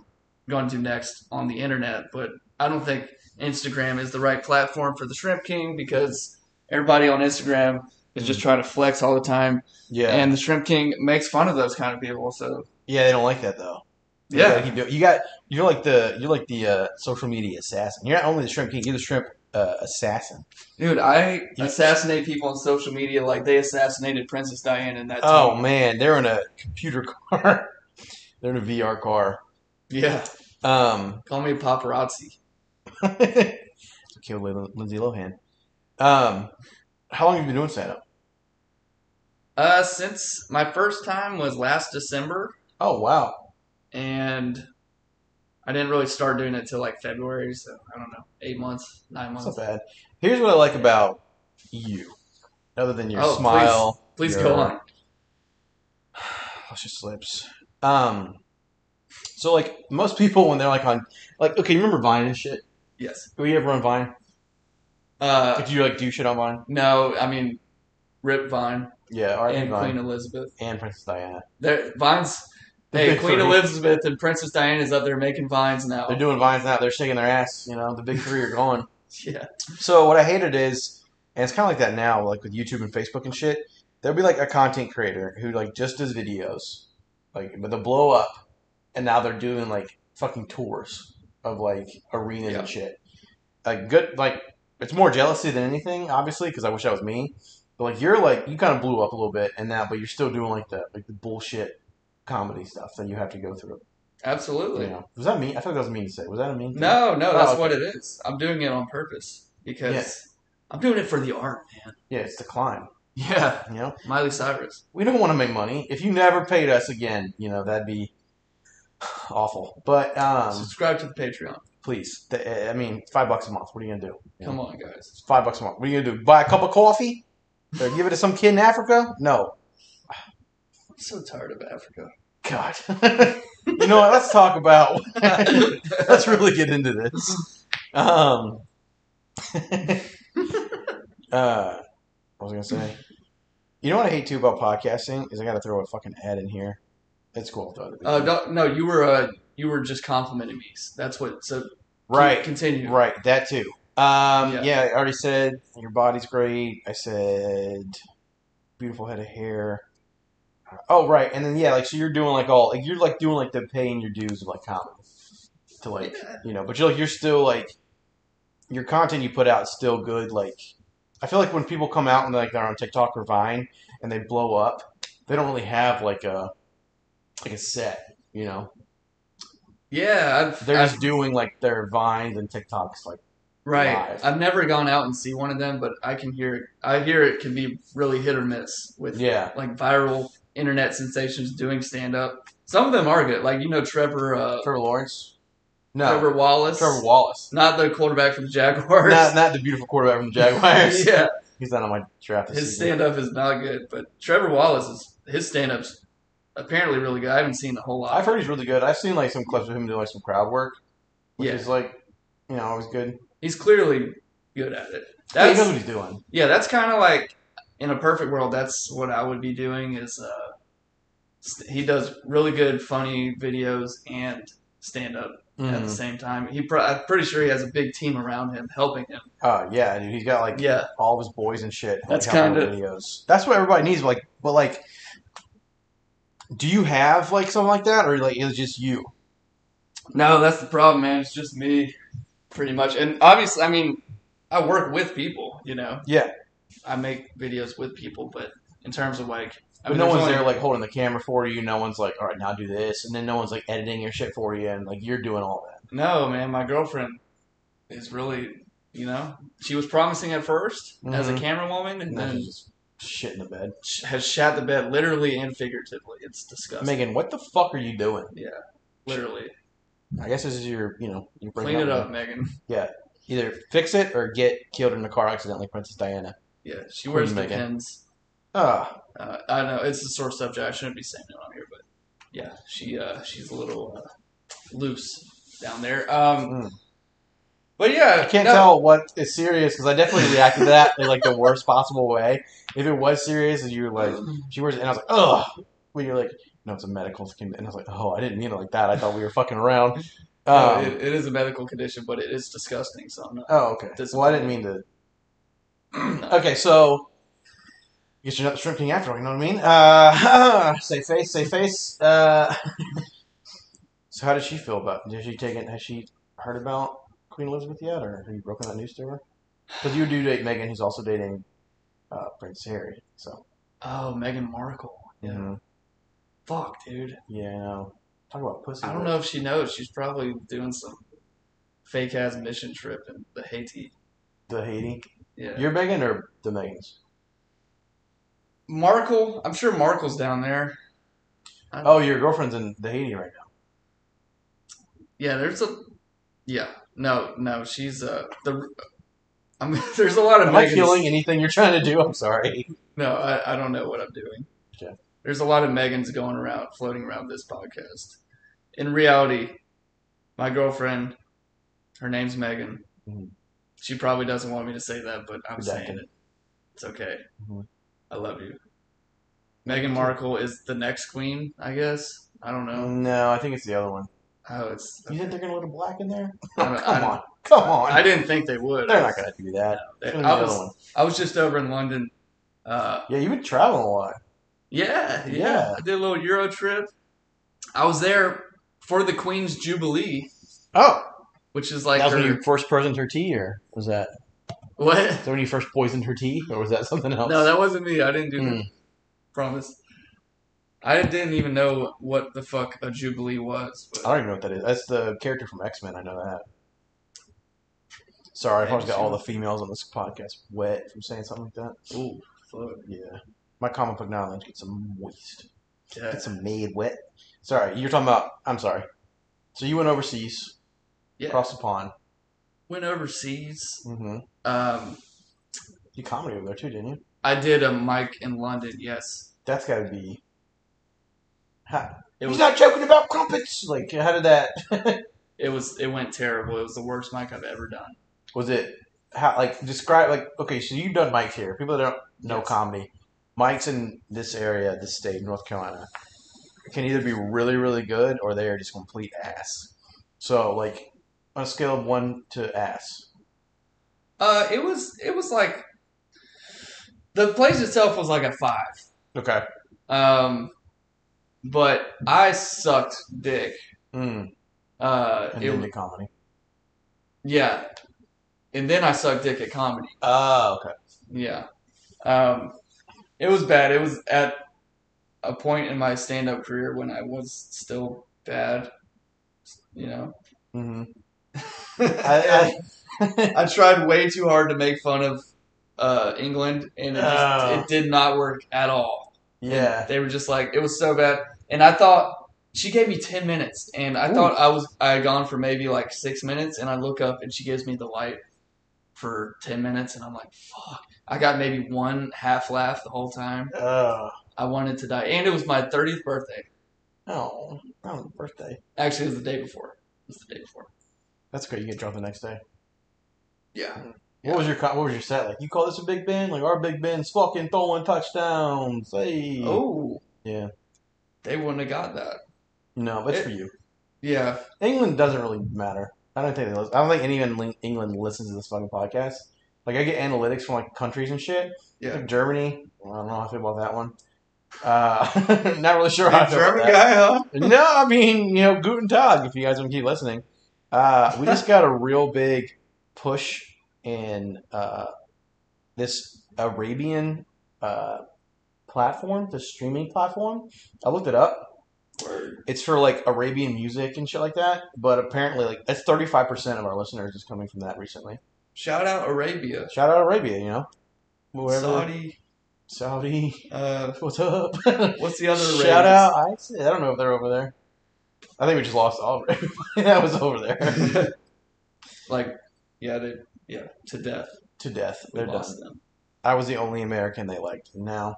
going to do next on the internet, but I don't think Instagram is the right platform for the Shrimp King because everybody on Instagram is just trying to flex all the time,
yeah,
and the Shrimp King makes fun of those kind of people. So
yeah, they don't like that though. You
Yeah.
gotta keep doing- you got you're like the you're like the uh, social media assassin. You're not only the shrimp king, you're the shrimp uh, assassin.
Dude, I
You-
assassinate people on social media like they assassinated Princess Diana in that
Oh
time.
man, they're in a computer car. they're in a VR car.
yeah.
Um,
Call me a paparazzi.
Killed Lin- Lindsay Lohan. Um, how long have you been doing stand up?
Uh, since my first time was last December,
Oh wow,
and I didn't really start doing it till like February, so I don't know, eight months, nine
that's
months.
not bad. Here's what I like about you, other than your
Oh,
smile.
Please
your-
go on.
she slips. Um, so like most people when they're like on, like okay, you remember Vine and shit?
Yes.
Were you ever on Vine?
Uh,
Did you like do shit on Vine?
no, I mean, Rip Vine
Yeah, R.
and
Vine
Queen Elizabeth.
and Princess Diana.
They're, Vines.
They're
Hey,
big
Queen
three.
Elizabeth and Princess Diana's up there making vines now.
They're doing Vines now. They're shaking their ass. You know, the big three are going.
yeah.
So what I hated is, and it's kind of like that now, like with YouTube and Facebook and shit. There'll be like a content creator who like just does videos, like but the blow up, and now they're doing like fucking tours of like arenas
Yeah.
and shit. Like good, like it's more jealousy than anything, obviously, because I wish that was me. But like you're like you kind of blew up a little bit and that, but you're still doing like the like the bullshit comedy stuff that you have to go through. You
Absolutely.
know, was that mean? I thought that was mean to say. Was that a mean? thing?
No, no, that's
Oh,
what it is. I'm doing it on purpose because I'm doing it for the art, man.
Yeah, it's the climb.
Yeah.
You know.
Miley Cyrus.
we don't want to make money. If you never paid us again, you know that'd be awful. But um,
Subscribe to the Patreon.
please, th- I mean, five bucks a month. What are you gonna do?
Come on, guys.
It's five bucks a month. What are you gonna do? Buy a cup of coffee? Or give it to some kid in Africa? No,
I'm so tired of Africa.
God. you know what? Let's talk about. let's really get into this. Um, uh, what was I gonna say? You know what I hate too about podcasting is I gotta throw a fucking ad in here. It's cool though.
Uh, don't- no, you were uh, you were just complimenting me. That's what. So keep-
right.
continue.
Right, that too. Um,
Yeah.
yeah. I already said your body's great. I said beautiful head of hair. Oh, right, and then yeah, like so you're doing like all like you're like doing like the paying your dues of like comedy to like you know, but you're like you're still like your content you put out is still good. Like I feel like when people come out and like they're on TikTok or Vine and they blow up, they don't really have like a like a set, you know.
Yeah, I've,
They're
I've-
just doing like their vines and TikToks like
right.
live.
I've never gone out and see one of them, but I can hear it. I hear it can be really hit or miss with
yeah.
like viral internet sensations doing stand up. Some of them are good, like you know Trevor uh,
Trevor Lawrence? No.
Trevor Wallace,
Trevor Wallace.
not the quarterback for the Jaguars.
Not, not the beautiful quarterback from the Jaguars.
yeah,
He's not on my draft this
his
season.
stand up is not good, but Trevor Wallace is his stand up's apparently really good. I haven't seen a whole lot.
I've heard he's really good. I've seen like some clips of him doing like some crowd work, which
Yeah.
is like, you know, always good.
He's clearly good at it.
Yeah, he
That's
knows what he's doing.
yeah, that's kind of like in a perfect world. That's what I would be doing. Is uh, st- he does really good, funny videos and stand up at the
Mm.
same time. He, pro- I'm pretty sure he has a big team around him helping him.
Oh yeah, dude, he's got like
Yeah,
all of his boys and shit. like,
That's
helping
kinda-
with videos. That's what everybody needs. Like, but like, do you have like something like that, or like it's just you?
no, that's the problem, man. It's just me, pretty much. And obviously, I mean, I work with people. You know,
Yeah,
I make videos with people, but in terms of like, I
but no
there's
one's
only-
there like holding the camera for you. No one's like, all right, now do this, and then no one's like editing your shit for you, and like you're doing all that.
No, man, my girlfriend is really, you know, she was promising at 1st as a
Mhm.
camera woman, and
And then
then
she's just shit in the bed.
sh- has shat the bed literally and figuratively. It's disgusting.
Megan, what the fuck are you doing?
literally,
I guess this is your, you know, you bring
clean it up, Megan.
Either fix it or get killed in a car accidentally, Princess Diana.
Yeah, she
Clean
wears the
Megan.
pins.
Ah,
Uh, I know it's a sore subject. I shouldn't be saying it on here, but yeah, she uh, she's a little uh, loose down there. Um,
Mm.
but
I
yeah,
can't
no,
tell what is serious because I definitely reacted to that in like the worst possible way. If it was serious, and you were like, she wears it, and I was like, ugh. When you're like, no, it's a medical thing, and I was like, oh, I didn't mean it like that. I thought we were fucking around.
no,
Um,
it, it is a medical condition, but it is disgusting. So I'm not.
oh, okay.
Does-
Well, I didn't mean to. Okay, so guess you're not the shrimp king after all. You know what I mean? Uh, safe face, safe face. Uh, so how does she feel about? Did she take it? Has she heard about Queen Elizabeth yet, or have you broken that news to her? Because you do date Megan, who's also dating uh, Prince Harry. So
Oh, Meghan Markle. Yeah.
Mhm.
Fuck, dude.
yeah, I know. talk about pussy.
I don't know if she knows. She's probably doing some fake ass mission trip in the Haiti.
the Haiti.
Yeah.
You're Megan or the Megans?
Markle, I'm sure Markle's down there.
Oh, your girlfriend's in the Haiti right now.
Yeah, there's a. Yeah, no, no, she's uh the. I'm there's a lot of
Am I
Megans.
killing anything you're trying to do? I'm sorry.
No, I, I don't know what I'm doing.
Okay.
There's a lot of Megans going around, floating around this podcast. In reality, my girlfriend, her name's Megan.
Mhm.
She probably doesn't want me to say that, but I'm
Redacted.
saying it. It's okay.
Mhm.
I love you. Meghan Markle is the next queen, I guess. I don't know.
No, I think it's the other one.
Oh, it's.
You think they're gonna let a black in there?
I don't- I
come
don't-
on, come on.
I didn't think they would.
they're not gonna do that. It's gonna be
I
the
was
other one.
I was just over in London. Uh,
Yeah, you've been traveling a lot.
yeah, yeah,
Yeah.
I did a little Euro trip. I was there for the Queen's Jubilee,
Oh,
which is like
that was
her
when you first poisoned her tea, or was that?
what?
Is that when you first poisoned her tea, or was that something else?
No, that wasn't me. I didn't do
Hmm.
that. Promise. I didn't even know what the fuck a Jubilee was.
I
But
don't even know what that is. That's the character from X Men. I know that. Sorry, I probably got all the females on this podcast wet from saying something like that.
ooh, fuck.
Yeah, my comic book knowledge gets some moist,
Yeah.
gets some made wet. Sorry, you're talking about. I'm sorry. So you went overseas,
Yeah.
across the pond.
Went overseas.
Mm-hmm.
Um,
You comedy over there too, didn't you?
I did a mic in London. Yes,
That's got to be. Ha.
it
He's
was.
not joking about crumpets. Like, how did that?
It was. It went terrible. It was the worst mic I've ever done.
was it how like describe like okay so you've done mics here people that don't know
Yes.
comedy mics in this area this state north carolina can either be really really good or they are just complete ass so like on a scale of one to ass
Uh, it was it was like the place itself was like a five.
okay
Um, but I sucked dick.
mm.
Uh,
and
it-
then to comedy
yeah, and then I sucked dick at comedy.
oh okay
Yeah, um, it was bad. It was at a point in my stand-up career when I was still bad. You know,
hmm I, I,
I tried way too hard to make fun of uh, England, and it, just,
Oh.
it did not work at all.
yeah
They were just like, it was so bad. And I thought she gave me ten minutes, and I
Ooh.
thought I was I had gone for maybe like six minutes, and I look up and she gives me the light for ten minutes, and I'm like, fuck. I got maybe one half laugh the whole time.
uh,
I wanted to die, and it was my thirtieth birthday.
oh oh birthday
Actually, it was the day before. It was the day before.
that's great you get drunk the next day
Yeah.
What was your co- what was your set like? You call this a big band? Like our big band's fucking throwing touchdowns. Hey.
Oh.
Hmm. Yeah.
They wouldn't have got that.
No, that's
It-
for you.
Yeah.
England doesn't really matter. I don't think they listen. I don't think anyone in England listens to this fucking podcast. Like I get analytics from like countries and shit.
Yeah.
Like Germany. I don't know how I feel about that one. Uh, not really sure how I feel about that.
guy, huh?
no, I mean, you know, Guten Tag, if you guys want to keep listening. Uh, we just got a real big push in uh, this Arabian uh, platform, the streaming platform. I looked it up. It's for like Arabian music and shit like that. But apparently, like, that's 35% of our listeners is coming from that recently.
Shout out Arabia,
Shout out Arabia, you know? Wherever.
Saudi.
Saudi.
Uh,
What's up?
what's the other?
Shout out. I, see- I don't know if they're over there. I think we just lost all of everybody that was over there
out. like, yeah, they, yeah, to death.
to death.
We
They're done.
lost them.
I was the only American they liked. And now,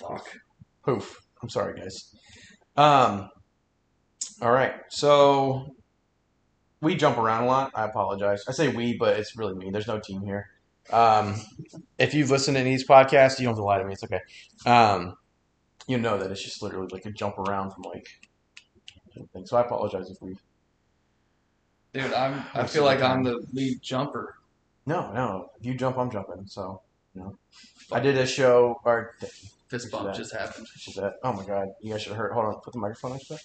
Fuck.
poof. I'm sorry, guys. Um. All right. So we jump around a lot. I apologize. I say we, but it's really me. There's no team here. Um, if you've listened to these podcasts, you don't have to lie to me. It's okay. Um, you know that it's just literally like a jump around from like. thing. So I apologize if we.
Dude, I'm. I feel like I'm the lead jumper.
No, no. If you jump, I'm jumping. So, you know. I did a show, or
Fist bump just happened.
She's at- oh my god, you guys should have heard. Hold on, put the microphone next to that.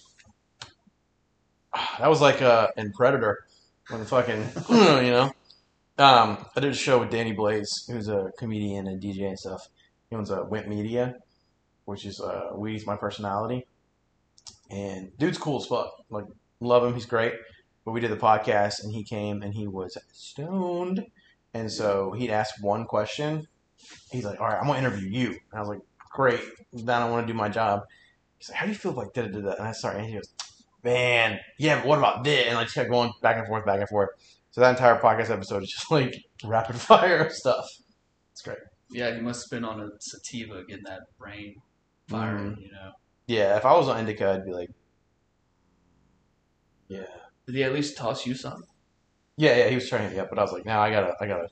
Ah, That was like uh, in Predator, when the fucking, you know. Um, I did a show with Danny Blaze, who's a comedian and DJ and stuff. He owns uh, Wimp Media, which is uh, Weedy's my personality. And dude's cool as fuck. Like, love him. He's great. But we did the podcast, and he came and he was stoned. And so he'd ask one question. He's like, "All right, I'm gonna interview you." And I was like, "Great." then I don't want to do my job. He's like, how do you feel like da da da? da?" And I started, and he goes, man, yeah, but what about this? And I just kept going back and forth, back and forth. So that entire podcast episode is just like rapid fire stuff. It's great.
Yeah, he must have been on a sativa getting that brain.
Mm.
firing. You know,
Yeah, if I was on Indica, I'd be like,
did he at least toss you some?
yeah, yeah, he was trying to up, but I was like, now I gotta, I gotta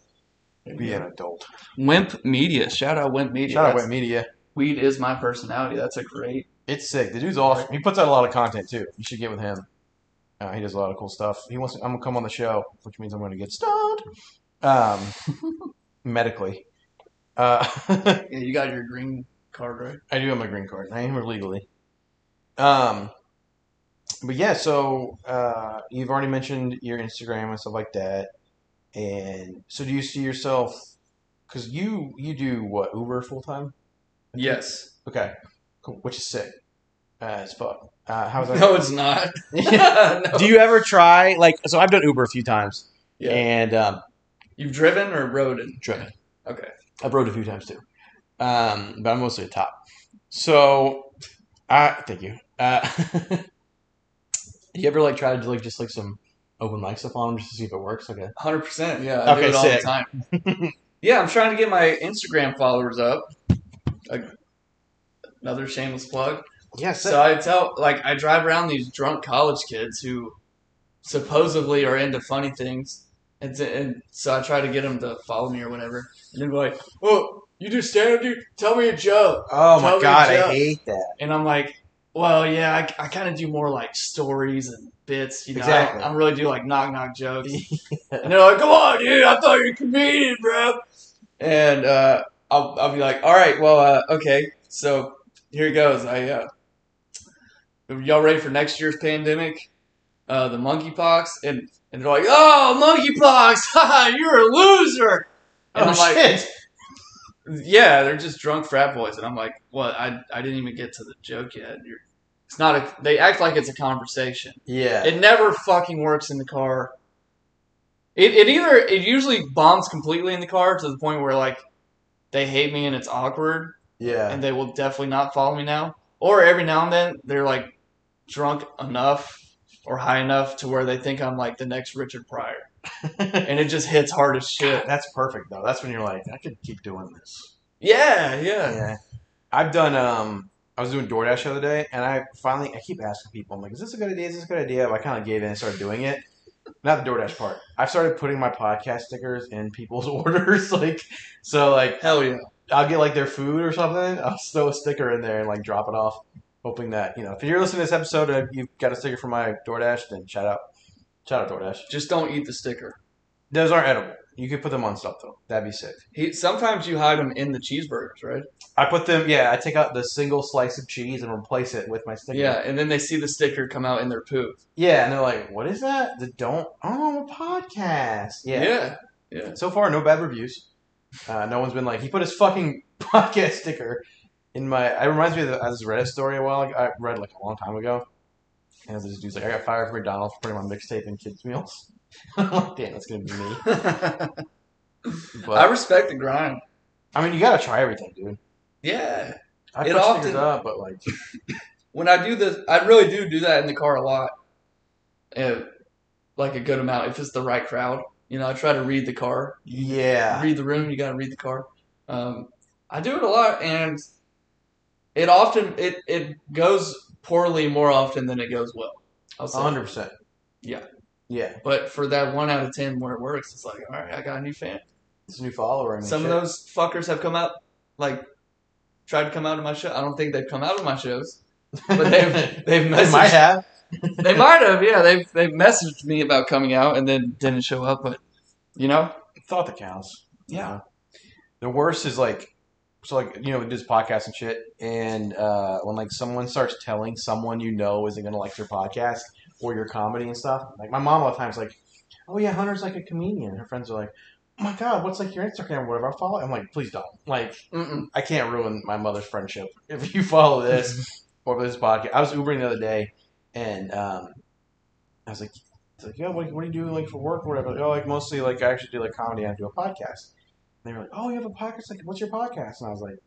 be an adult.
Wimp Media. Shout out Wimp Media.
Shout out
That's-
Wet Media.
Weed is my personality. That's a great.
It's sick. The dude's awesome. He puts out a lot of content too. You should get with him. Uh, he does a lot of cool stuff. He wants. I'm gonna come on the show, which means I'm gonna get stoned, um, medically. Uh,
Yeah, you got your green card, right?
I do have my green card. I am here legally. Um, but yeah, so uh, you've already mentioned your Instagram and stuff like that. And so, do you see yourself? Because you you do what Uber full time?
Yes.
Okay, cool. Which is sick uh, as fuck. Uh, how's that?
No, it's not. No.
Do you ever try like? So I've done Uber a few times,
Yeah.
and um,
You've driven or rode in?
driven.
Okay.
I've rode a few times too, um, but I'm mostly a top. So, I thank you. Uh, you ever like try to do, like just like some open mic stuff on them just to see if it works? Like a
Hundred percent. Yeah, I
Okay,
do it all
sick.
the time. yeah, I'm trying to get my Instagram followers up. Like, another shameless plug.
yeah,
So I tell, like, I drive around these drunk college kids who supposedly are into funny things, and, to, and so I try to get them to follow me or whatever, and they're like, "Oh, you do stand up, dude? Tell me a joke."
oh my
Tell me
god,
Jeff.
I hate that.
And I'm like, "Well, yeah, I, I kind of do more like stories and bits, you know. I don't-
Exactly.
I don't really do like knock knock jokes." And they're like, come on, dude, I thought you were a comedian, bro. And uh, I'll, I'll be like, all right, well, uh, okay, so here it goes. I uh, Y'all ready for next year's pandemic? Uh, the monkeypox? And, and they're like, oh, monkeypox, haha, you're a loser. And
oh
I'm like,
shit!
yeah, they're just drunk frat boys. And I'm like, what? I, I didn't even get to the joke yet. You're, it's not a, they act like it's a conversation.
Yeah,
It never fucking works in the car. It, it either it usually bombs completely in the car to the point where like they hate me and it's awkward
yeah,
and they will definitely not follow me now. Or every now and then they're like drunk enough or high enough to where they think I'm like the next Richard Pryor. and it just hits hard as shit.
that's perfect though. That's when you're like, I could keep doing this.
Yeah, yeah.
Yeah. I've done um I was doing DoorDash the other day and I finally I keep asking people, I'm like, is this a good idea? Is this a good idea? But I kinda gave in and started doing it. Not the DoorDash part. I've started putting my podcast stickers in people's orders. Like so like
Hell yeah.
I'll get like their food or something, I'll just throw a sticker in there and like drop it off. Hoping that, you know, if you're listening to this episode and you've got a sticker for my DoorDash, then shout out. Shout out DoorDash.
Just don't eat the sticker.
Those aren't edible. You could put them on stuff though. That'd be sick.
He, sometimes you hide them in the cheeseburgers, right?
I put them yeah, I take out the single slice of cheese and replace it with my sticker.
Yeah, and then they see the sticker come out in their poop.
Yeah, and they're like, "What is that?" The don't oh a podcast. Yeah.
yeah.
So far, no bad reviews. Uh, no one's been like, he put his fucking podcast sticker in my. It reminds me of the, I just read a story a while ago. I read like a long time ago, and this dude's like, "I got fired from McDonald's for putting my mixtape in kids' meals." I'm like, damn, that's gonna be me.
I
But
respect the grind.
I mean, you gotta try everything, dude.
Yeah.
I
It
put
often-
stickers up, but like,
When I do this, I really do do that in the car a lot. And, like a good amount if it's the right crowd. You know, I try to read the car,
yeah,
read the room. You got to read the car. Um, I do it a lot, and it often it it goes poorly more often than it goes well. I'll say.
hundred percent.
Yeah.
yeah.
But for that one out of ten where it works, it's like, all right, I got a new fan.
It's a new follower. and
Some
shit.
of those fuckers have come out, like, tried to come out of my show. I don't think they've come out of my shows, but they've they've
They might
messaged.
have.
They might have, yeah. They've they've messaged me about coming out and then didn't show up, but you know,
Thought that counts.
yeah,
The worst is like, so like you know, we do this podcast and shit, and uh, when like someone starts telling someone you know isn't gonna like your podcast or your comedy and stuff, like my mom all the time is like, "Oh yeah, Hunter's like a comedian." Her friends are like, "Oh my god, what's like your Instagram or whatever?" I follow. I'm like, please don't. Like,
Mm-mm.
I can't ruin my mother's friendship if you follow this or this podcast. I was Ubering the other day, and um, I was like, it's like, yo, what, what do you do like for work or whatever? Like, oh, like mostly like I actually do like comedy. and I do a podcast. And they were like, oh, you have a podcast? Like, what's your podcast? And I was like,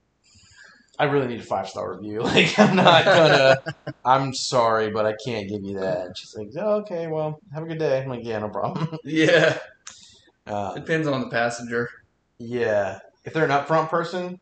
I really need a five star review. Like, I'm not gonna. I'm sorry, but I can't give you that. And she's like, oh, okay, well, have a good day. I'm like, yeah, no problem.
yeah.
Uh,
Depends on the passenger.
yeah, if they're an upfront person,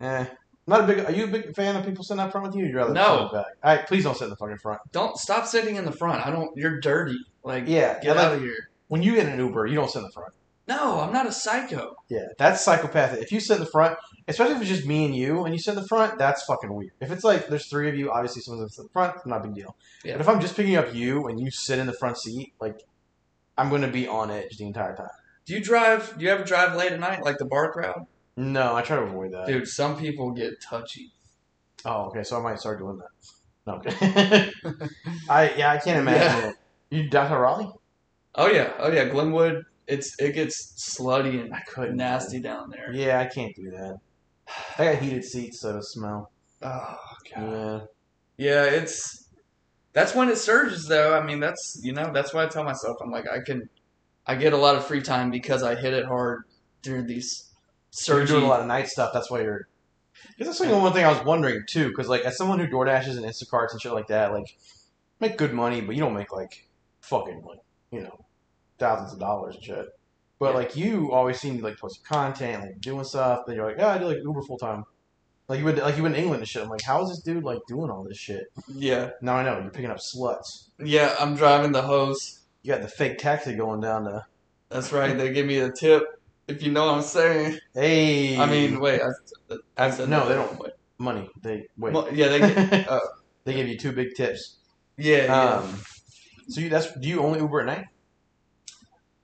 eh, Not a big. Are you a big fan of people sitting up front with you? Or you'd rather
No.
sit in the back. All right, please don't sit in the fucking front.
Don't stop sitting in the front. I don't. You're dirty. Like
Yeah,
get
I like-
out of here.
When you get an Uber, you don't sit in the front.
No, I'm not a psycho.
Yeah, that's psychopathic. If you sit in the front, especially if it's just me and you, and you sit in the front, that's fucking weird. If it's like there's three of you, obviously someone's gonna sit in the front, not a big deal.
Yeah.
But if I'm just picking up you and you sit in the front seat, like I'm gonna be on edge the entire time.
Do you drive? Do you ever drive late at night, like the bar crowd?
No, I try to avoid that.
Dude, some people get touchy.
Oh, okay. So I might start doing that. No, okay. I yeah, I can't imagine it. You Dr. Raleigh?
Oh yeah, oh yeah, Glenwood. It's it gets slutty and
I couldn't.
nasty down there.
Yeah, I can't do that. I got heated seats, so the smell.
Oh god.
Yeah.
Yeah, it's that's when it surges though. I mean, that's you know that's why I tell myself I'm like I can, I get a lot of free time because I hit it hard during these
So you're
surges.
doing a lot of night stuff. That's why you're. Because that's like one thing I was wondering too. Because like as someone who DoorDashes and Instacarts and shit like that, like make good money, but you don't make like fucking like you know thousands of dollars and shit. But
Yeah.
like you always seem to like posting content, like doing stuff. Then you're like, oh, I do like Uber full time. Like you would like you went to England and shit. I'm like, how is this dude like doing all this shit?
Yeah,
Now I know you're picking up sluts.
yeah, I'm driving the hose.
You got the fake taxi going down to.
That's right. They give me a tip if you know what I'm saying.
Hey,
I mean, wait, I, I said
No, they
that.
don't- money. They wait.
Well, yeah, they get, uh,
they give you two big tips.
yeah, yeah.
Um, so you, that's do you only Uber at night?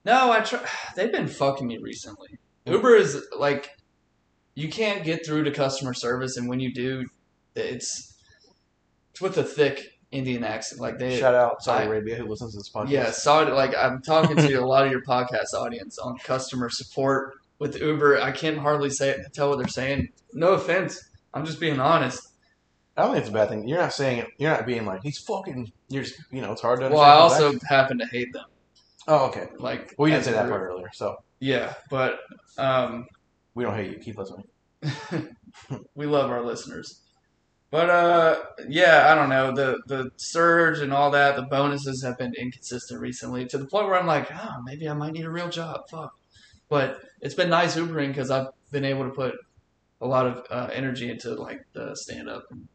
No, I try. They've been fucking me recently. Uber is like, you can't get through to customer service, and when you do, it's it's with a thick Indian accent. Like they,
Shout out Saudi
I-
Arabia who listens to this podcast.
yeah, Saudi. Like I'm talking to a lot of your podcast audience on customer support with Uber. I can hardly say tell what they're saying. No offense, I'm just being honest.
I don't think it's a bad thing. You're not saying it. You're not being like he's fucking. You're just you know it's hard to.
Well,
understand
I
his
also
accent.
happen to hate them.
Oh, okay.
Like
Well, you didn't say
as
that
a
part
group.
earlier, so
Yeah, but um,
we don't hate you. Keep listening.
we love our listeners. But uh, yeah, I don't know the the surge and all that. The bonuses have been inconsistent recently to the point where I'm like, oh, maybe I might need a real job. Fuck. But it's been nice Ubering because I've been able to put a lot of uh, energy into like the stand up and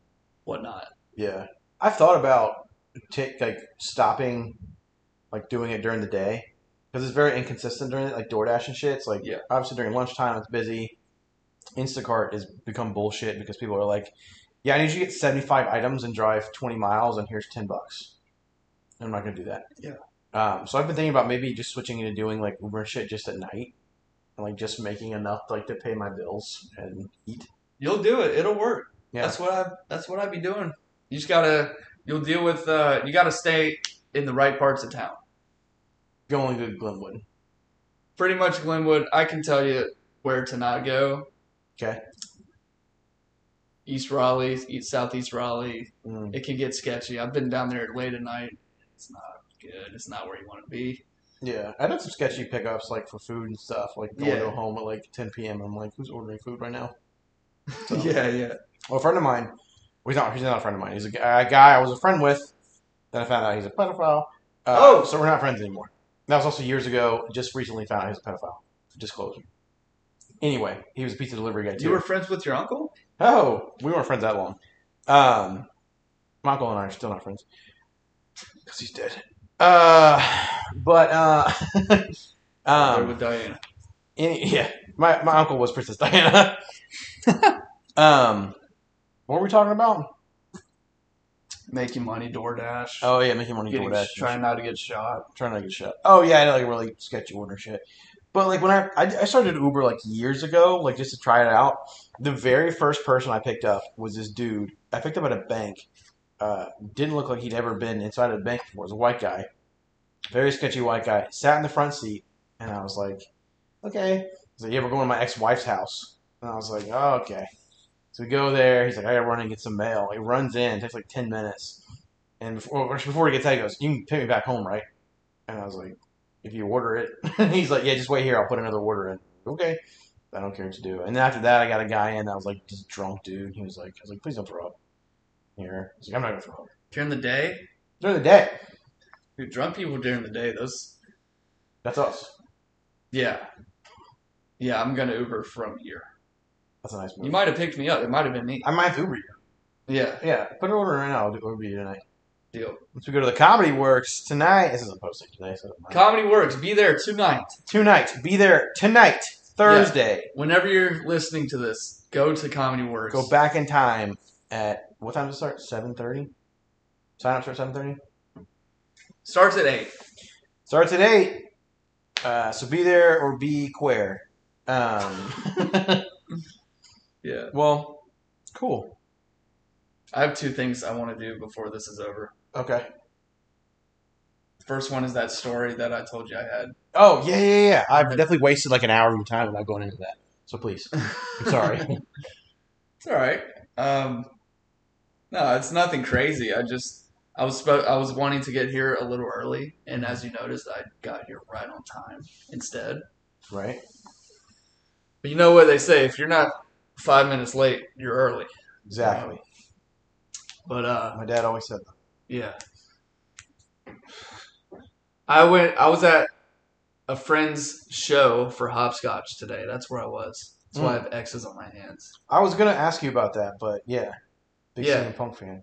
whatnot.
Yeah, I've thought about take like stopping, like doing it during the day because it's very inconsistent during it, like DoorDash and shit. It's like
Yeah.
obviously during lunchtime it's busy. Instacart has become bullshit because people are like, "Yeah, I need you to get seventy five items and drive twenty miles, and here's ten bucks." I'm not gonna do that.
Yeah.
Um, so I've been thinking about maybe just switching into doing like Uber and shit just at night, and like just making enough like to pay my bills and eat.
You'll do it. It'll work.
Yeah.
That's what I. That's what I'd be doing. You just gotta. You'll deal with. Uh, you gotta stay in the right parts of town.
Going to Glenwood.
pretty much Glenwood. I can tell you where to not go.
Okay.
East Raleigh, east, southeast Raleigh.
Mm.
It can get sketchy. I've been down there late at night. It's not good. It's not where you want to be.
Yeah, I done some sketchy pickups like for food and stuff. Like going to
Yeah.
a home at like 10 p.m. I'm like, who's ordering food right now? So-
yeah, yeah.
Well, a friend of mine. Well, he's not. He's not a friend of mine. He's a, gu- a guy I was a friend with. Then I found out he's a pedophile. Uh,
Oh.
so we're not friends anymore. That was also years ago. Just recently found out he's a pedophile. Disclosure. Anyway, he was a pizza delivery guy too.
You were friends with your uncle?
Oh, we weren't friends that long. Um, my uncle and I are still not friends because he's dead. Uh, but uh,
Or
um,
with Diana.
any, yeah, my, my uncle was Princess Diana. um, what were we talking about?
Making money, DoorDash.
Oh yeah, making money
getting,
for that.
trying not to get shot.
trying to get shot. Oh yeah, I know, like really sketchy order shit. But like when I, I I started Uber like years ago, like just to try it out. The very first person I picked up was this dude. I picked up at a bank. Uh, didn't look like he'd ever been inside a bank before. It was a white guy, very sketchy white guy. Sat in the front seat, and I was like, okay. He's like, yeah, we're going to my ex-wife's house, and I was like, oh, okay. So we go there. He's like, I gotta run and get some mail. He runs in. takes like ten minutes, and before before he gets out, he goes, you can pick me back home, right? And I was like, if you order it, he's like, yeah, just wait here. I'll put another order in. Okay. I don't care what to do. And then after that, I got a guy in that was like, just drunk dude. He was like, I was like, please don't throw up here. He's like, I'm not going to throw up.
During the day?
During the day,
Dude, drunk people during the day, those.
that's us.
Yeah. Yeah, I'm going to Uber from here.
That's a nice movie.
You might have picked me up. It might have been me.
I might have Uber. you.
Yeah,
Yeah, put an order in right now. I'll do Uber you tonight.
deal.
Once we go to the Comedy Works tonight. This isn't posted today, so it doesn't matter.
Comedy Works. Be there tonight.
tonight. Be there tonight, Thursday.
Whenever you're listening to this, go to Comedy Works.
Go back in time at what time does it start? Seven thirty. Sign up start seven thirty.
Starts at eight.
Starts at eight. Uh, so be there or be queer. Um,
Yeah.
well, cool.
I have two things I want to do before this is over.
Okay.
First one is that story that I told you I had.
Oh yeah, yeah, yeah. I've definitely wasted like an hour of your time without going into that. So please, I'm sorry.
It's all right. Um, no, it's nothing crazy. I just I was spo- I was wanting to get here a little early, and as you noticed, I got here right on time instead.
right?
But you know what they say: if you're not five minutes late, you're early.
Exactly.
But uh,
My dad always said that.
Yeah. I went I was at a friend's show for hopscotch today. That's where I was. That's why I have X's on my hands.
I was gonna ask you about that, but yeah, big
Yeah.
CM Punk fan.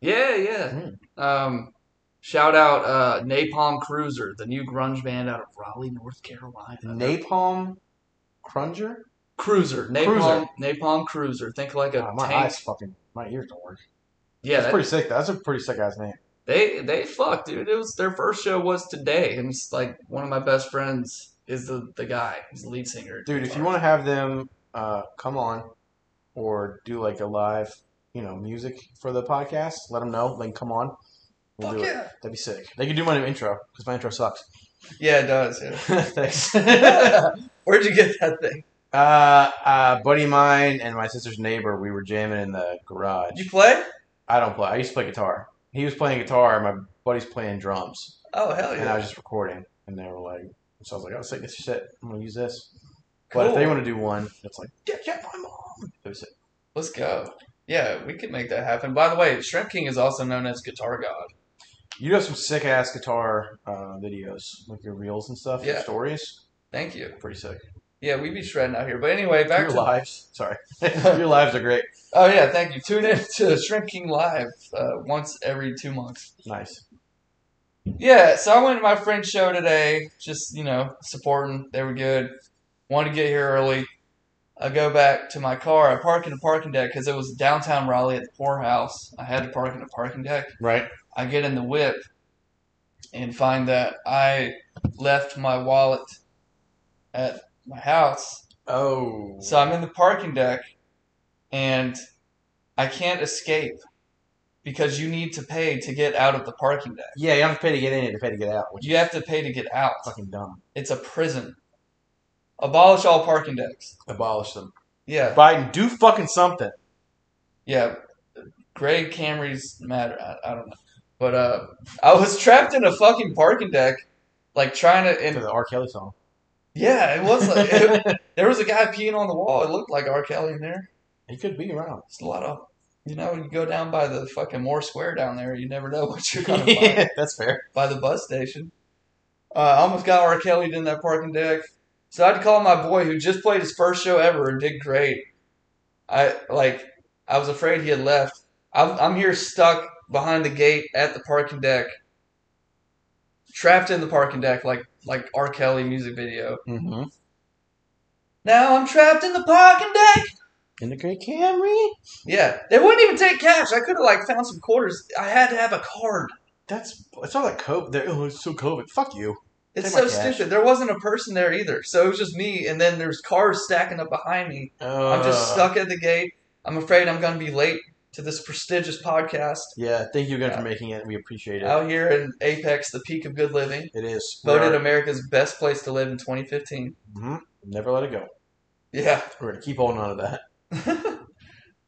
Yeah, yeah.
Hmm.
Um shout out uh Napalm Cruiser, the new grunge band out of Raleigh, North Carolina.
Uh-huh. Napalm Crunger.
Cruiser, Napalm Napalm Cruiser. Think like a
Ah, my
tank.
eyes fucking, my ears don't work.
Yeah,
That's
that-
pretty sick. That's a pretty sick ass name.
they they fucked, dude. It was their first show was today and it's like one of my best friends is the the guy, he's the lead singer.
Dude, if you want to have them uh, come on or do like a live, you know, music for the podcast, let them know. Then come on. We'll
Fuck
do
yeah.
it. That'd be sick. They could do my new intro because my intro sucks.
Yeah, it does.
Thanks.
Yeah. Where'd you get that thing?
Uh, uh, buddy of mine and my sister's neighbor, we were jamming in the garage.
You play?
I don't play. I used to play guitar. He was playing guitar. My buddy's playing drums,
Oh hell
and I
yeah!
was just recording. And they were like, so I was like, "Oh, sick! This shit. I'm gonna use this." But if
Cool.
they want to do one, it's like, yeah, yeah, my mom. That'd be sick.
Let's go. Yeah, we could make that happen. By the way, Shrimp King is also known as Guitar God.
You have some sick ass guitar uh, videos, like your reels and stuff, your
Yeah.
stories.
Thank you.
Pretty sick.
Yeah, we be shredding out here. But anyway, back
your
to
lives. Sorry. your lives are great.
oh yeah, thank you. Tune in to Shrimp King live uh, once every two months.
Nice.
Yeah, so I went to my friend's show today, just you know supporting. They were good. Wanted to get here early. I go back to my car. I park in the parking deck because it was downtown Raleigh at the poorhouse. I had to park in the parking deck.
Right?
I get in the whip and find that I left my wallet at my house.
Oh.
So I'm in the parking deck and I can't escape because you need to pay to get out of the parking deck.
yeah, you don't have to pay to get in, you have to pay to get out, which is
You have to pay to get out.
fucking dumb.
It's a prison. Abolish all parking decks.
Abolish them.
Yeah.
Biden, do fucking something.
Yeah. Greg Camry's matter. I, I don't know. But uh, I was trapped in a fucking parking deck, like trying to.
To
And
the R. Kelly song.
Yeah, it was. Like, it- there was a guy peeing on the wall. It looked like R. Kelly in there.
He could be around.
It's a lot of, you know, you go down by the fucking Moore Square down there. You never know what you're gonna find
That's fair.
by the bus station. Uh, I almost got R. Kelly in that parking deck. So I had to call my boy who just played his first show ever and did great. I like. I was afraid he had left. I'm, I'm here stuck behind the gate at the parking deck, trapped in the parking deck like like R. Kelly music video.
Mm-hmm.
Now I'm trapped in the parking deck.
In the great Camry?
Yeah, they wouldn't even take cash. I could have like found some quarters. I had to have a card.
That's, it's all that COVID. They're, oh, it's so COVID. Fuck you.
It's
Take
so
my cash.
stupid. There wasn't a person there either, so it was just me. And then there's cars stacking up behind me. I'm just
Uh,
stuck at the gate. I'm afraid I'm gonna be late to this prestigious podcast
Yeah, thank you again for making it. We appreciate it.
out here in Apex, the peak of good living,
It is. We
Oh, voted
are-
America's best place to live in 2015.
Mhm. Never let it go.
Yeah,
We're gonna keep holding on to that.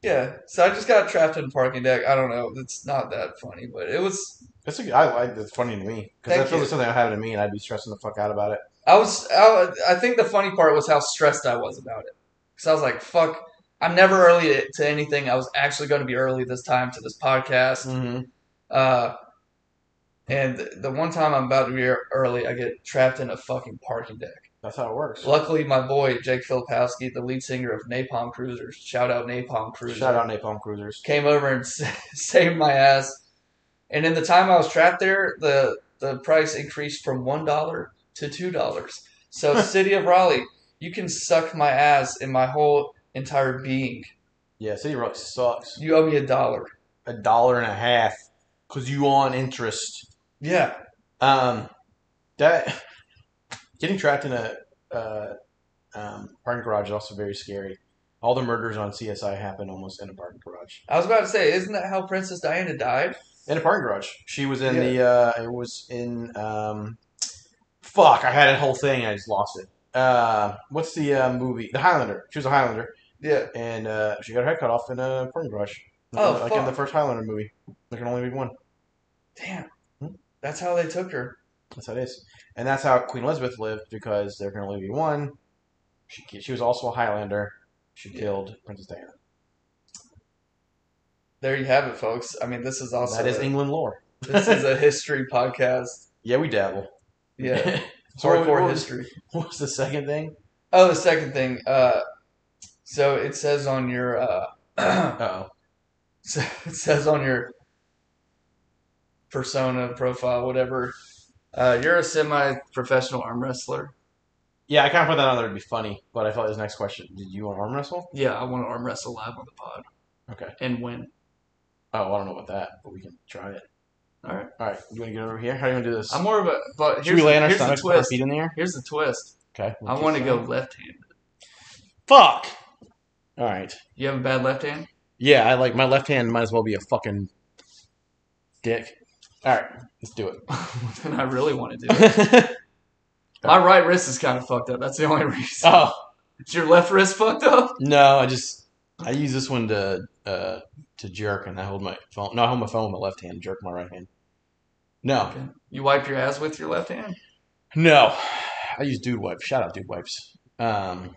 yeah. So I just got trapped in the parking deck. I don't know. It's not that funny, but it was
That's a good. I like. That's funny to me because
Thank
that's really
you.
something that happened to me, and I'd be stressing the fuck out about it.
I was, I, I think the funny part was how stressed I was about it. Because I was like, fuck, I'm never early to, to anything. I was actually going to be early this time to this podcast.
Mm-hmm.
Uh, and the one time I'm about to be early, I get trapped in a fucking parking deck.
That's how it works.
Luckily, my boy Jake Filipowski, the lead singer of Napalm Cruisers, shout out Napalm Cruisers,
Shout out Napalm Cruisers.
came over and saved my ass. And in the time I was trapped there, the the price increased from one dollar to two dollars. So, City of Raleigh, you can suck my ass in my whole entire being.
Yeah, City Rock sucks.
You owe me a dollar.
A dollar and a half because you on interest.
Yeah,
Um, that getting trapped in a uh, um, parking garage is also very scary. All the murders on CSI happen almost in a parking garage.
I was about to say, isn't that how Princess Diana died?
In a parking garage. She was in the. Uh, it was in. Um, fuck! I had a whole thing. I just lost it. Uh, what's the uh, movie? The Highlander. She was a Highlander,
Yeah,
and uh, she got her head cut off in a parking garage. Like,
Oh,
in, like in the
fuck.
first Highlander movie. There can only be one.
damn.
Hmm.
That's how they took her.
That's how it is. And that's how Queen Elizabeth lived because there can only be one. She, ki- she was also a Highlander. She killed Princess Diana.
There you have it, folks. I mean, this is also
that is
a-
England lore.
this is a history podcast.
Yeah, we dabble.
Yeah,
Sorry, what,
hardcore
was-
history.
what was the second thing?
Oh, the second thing. Uh, so it says on your uh,
Oh,
so it says on your persona profile, whatever. Uh, you're a semi-professional arm wrestler.
yeah, I kind of put that on there to be funny, but I felt his next question. Did you want to arm wrestle?
Yeah, I want to arm wrestle live on the pod
Okay.
and win.
Oh, I don't know about that, but we can try it.
All right.
All right, you want to get over here? How do you want to do this?
I'm more of a but
Should
here's,
we lay on our
here's the
stomachs with our
twist.
feet in the air?
Here's the twist.
Okay. we'll
I
keep
want to
that.
go left-handed.
Fuck. All right.
You have a bad left hand.
Yeah, I like my left hand might as well be a fucking dick. All right, let's do it.
then I really want to do it. My right wrist is kind of fucked up. That's the only reason.
oh
Is your left wrist fucked up?
no, I just I use this one to uh to jerk, and I hold my phone. No, I hold my phone with my left hand, jerk my right hand. No,
Okay. You wipe your ass with your left hand.
no, I use dude wipes. Shout out dude wipes. Um,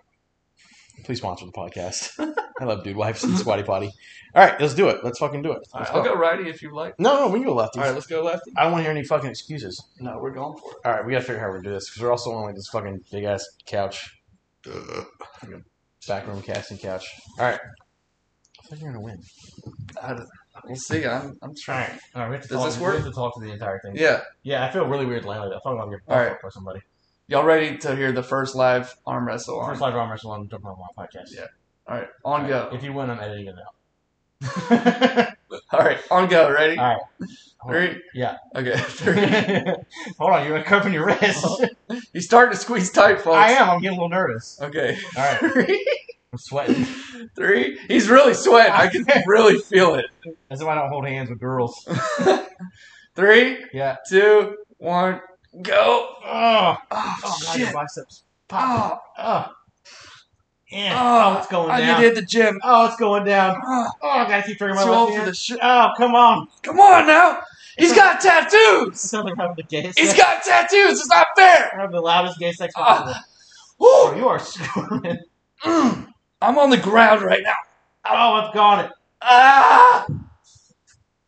please sponsor the podcast. I love dude wipes and squatty potty. All right, let's do it. Let's fucking do it.
All
Let's
right, I'll go righty if you like.
No, no, we can go lefties.
All right, let's go lefty.
I don't want to hear any fucking excuses.
No, we're going for it.
All right, we gotta figure out how we're gonna do this because we're also on like this fucking big ass couch, Like a backroom casting couch. All right, I think you're gonna win.
I don't- we'll see. I'm, I'm trying.
all right. We have to
Does talk- this we work? have
to talk to the entire thing. Yeah,
Yeah.
I feel really weird laying like that. I thought I'm gonna
butt All right.
for somebody.
Y'all ready to hear the first live arm wrestle? On.
live arm wrestle on Jump Rope podcast.
Yeah. All right, on go.
If you win, I'm editing it out.
All right, on go. Ready?
All right.
Three.
Yeah.
Okay. Three.
Hold on, you're gonna cup in your wrist.
Oh, He's starting to squeeze tight, folks.
am. I'm getting a little nervous.
Okay.
All right,
Three.
I'm sweating.
Three. He's really sweating. I can really feel it.
That's why I don't hold hands with girls.
Three,
Yeah.
two, one, go.
Oh,
Oh,
oh God, your
shit.
biceps.
Oh,
Oh, yeah.
Oh,
oh, it's going
I
down.
need to hit the gym.
Oh, it's going down.
Oh,
Oh, I gotta keep turning my
too
left
old for
hand.
the shit.
Oh, come on.
Come on now. He's got tattoos.
Something wrong with the gay sex.
He's got tattoos. It's not fair.
I'm the loudest gay sex
Oh.
possible. Oh,
Woo.
you are squirming.
Mm. I'm on the ground right now.
Oh, I've got it.
Ah.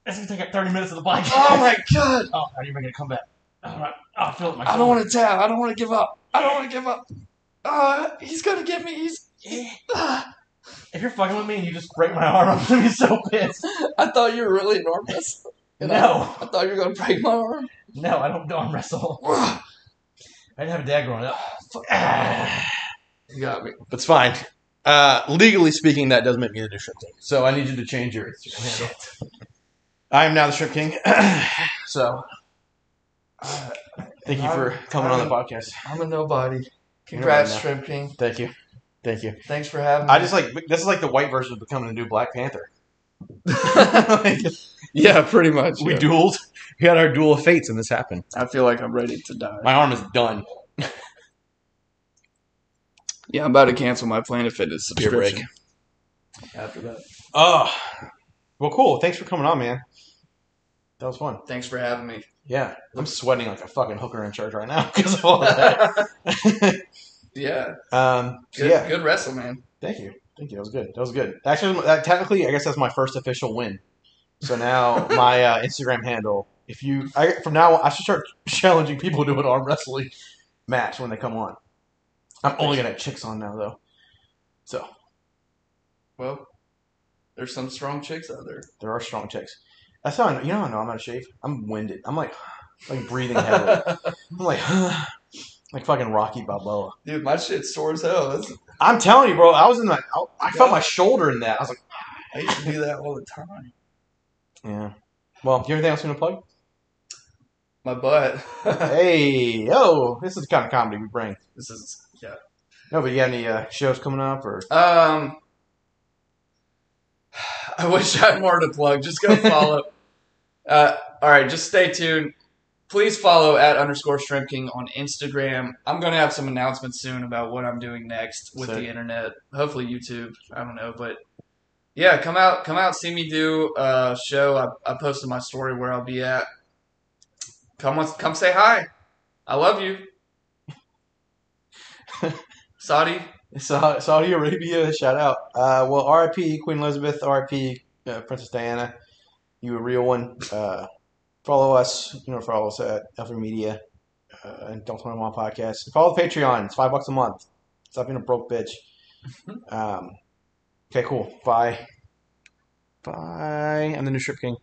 That's gonna take up 30 minutes of the bike.
Oh my god.
Oh, how are you making it come back? All right. Oh, I feel it. in My
I don't want to tap. I don't want to give up. I don't want to give up. Uh, he's gonna get me. He's. he- ah.
If you're fucking with me and you just break my arm, I'm gonna be so pissed.
I thought you were really an arm wrestler. And I-
No,
I thought you were gonna break my arm.
no, I don't arm wrestle.
Ah,
I didn't have a dad growing up.
fuck.
Ah.
You got me.
It's fine. Uh, legally speaking, that does make me the Shrimp King. So I need you to change your Instagram handle. I am now the Shrimp King. so
Uh,
thank you for coming on the podcast.
I'm a nobody. Congrats, Shrimp King.
Thank you. Thank you.
Thanks for having me.
I just like this is like the white version of becoming a new Black Panther. Like,
yeah, pretty much.
we
yeah.
dueled. We had our duel of fates, and this happened.
I feel like I'm ready to die.
My arm is done.
Yeah, I'm about to cancel my Planet Fitness
Beer break.
subscription. After that.
Oh, well, cool. Thanks for coming on, man. That was fun.
Thanks for having me.
Yeah, I'm sweating like a fucking hooker in church right now because of all that.
yeah.
um, so
Good,
yeah,
good wrestle, man.
Thank you. Thank you. That was good. That was good. Actually, that, technically, I guess that's my first official win. So now my uh, Instagram handle, if you, I, from now on, I should start challenging people to an arm wrestling match when they come on. I'm only gonna have chicks on now though. So
Well, there's some strong chicks out there.
there are strong chicks. That's how I know, you know how I know I'm out of shape. I'm winded. I'm like like breathing heavily. I'm like like fucking Rocky Balboa.
Dude, my shit's sore as hell. That's-
I'm telling you, bro. I was in the. I, I felt my shoulder in that. I was like,
I used to do that all the time.
yeah. Well, do you have anything else you want to plug?
My butt.
Hey, yo, this is the kind of comedy we bring.
this is yeah.
No, but you got any uh, shows coming up or?
Um, I wish I had more to plug. Just go follow. uh, all right, just stay tuned. Please follow at underscore shrimp king on Instagram. I'm gonna have some announcements soon about what I'm doing next with
Sick.
the internet. Hopefully YouTube. I don't know, but yeah, come out, come out, see me do a show. I, I posted my story where I'll be at. Come on, come say hi. I love you, Saudi.
Sa- Saudi Arabia, shout out. Uh, well, RIP Queen Elizabeth, RIP uh, Princess Diana. You a real one. Uh, follow us. You know, follow us at Alpha Media uh, and Don't Tell My Mom podcast. Follow the Patreon. It's five bucks a month. Stop being a broke bitch. Um, okay, cool. Bye. Bye. I'm the new Strip King.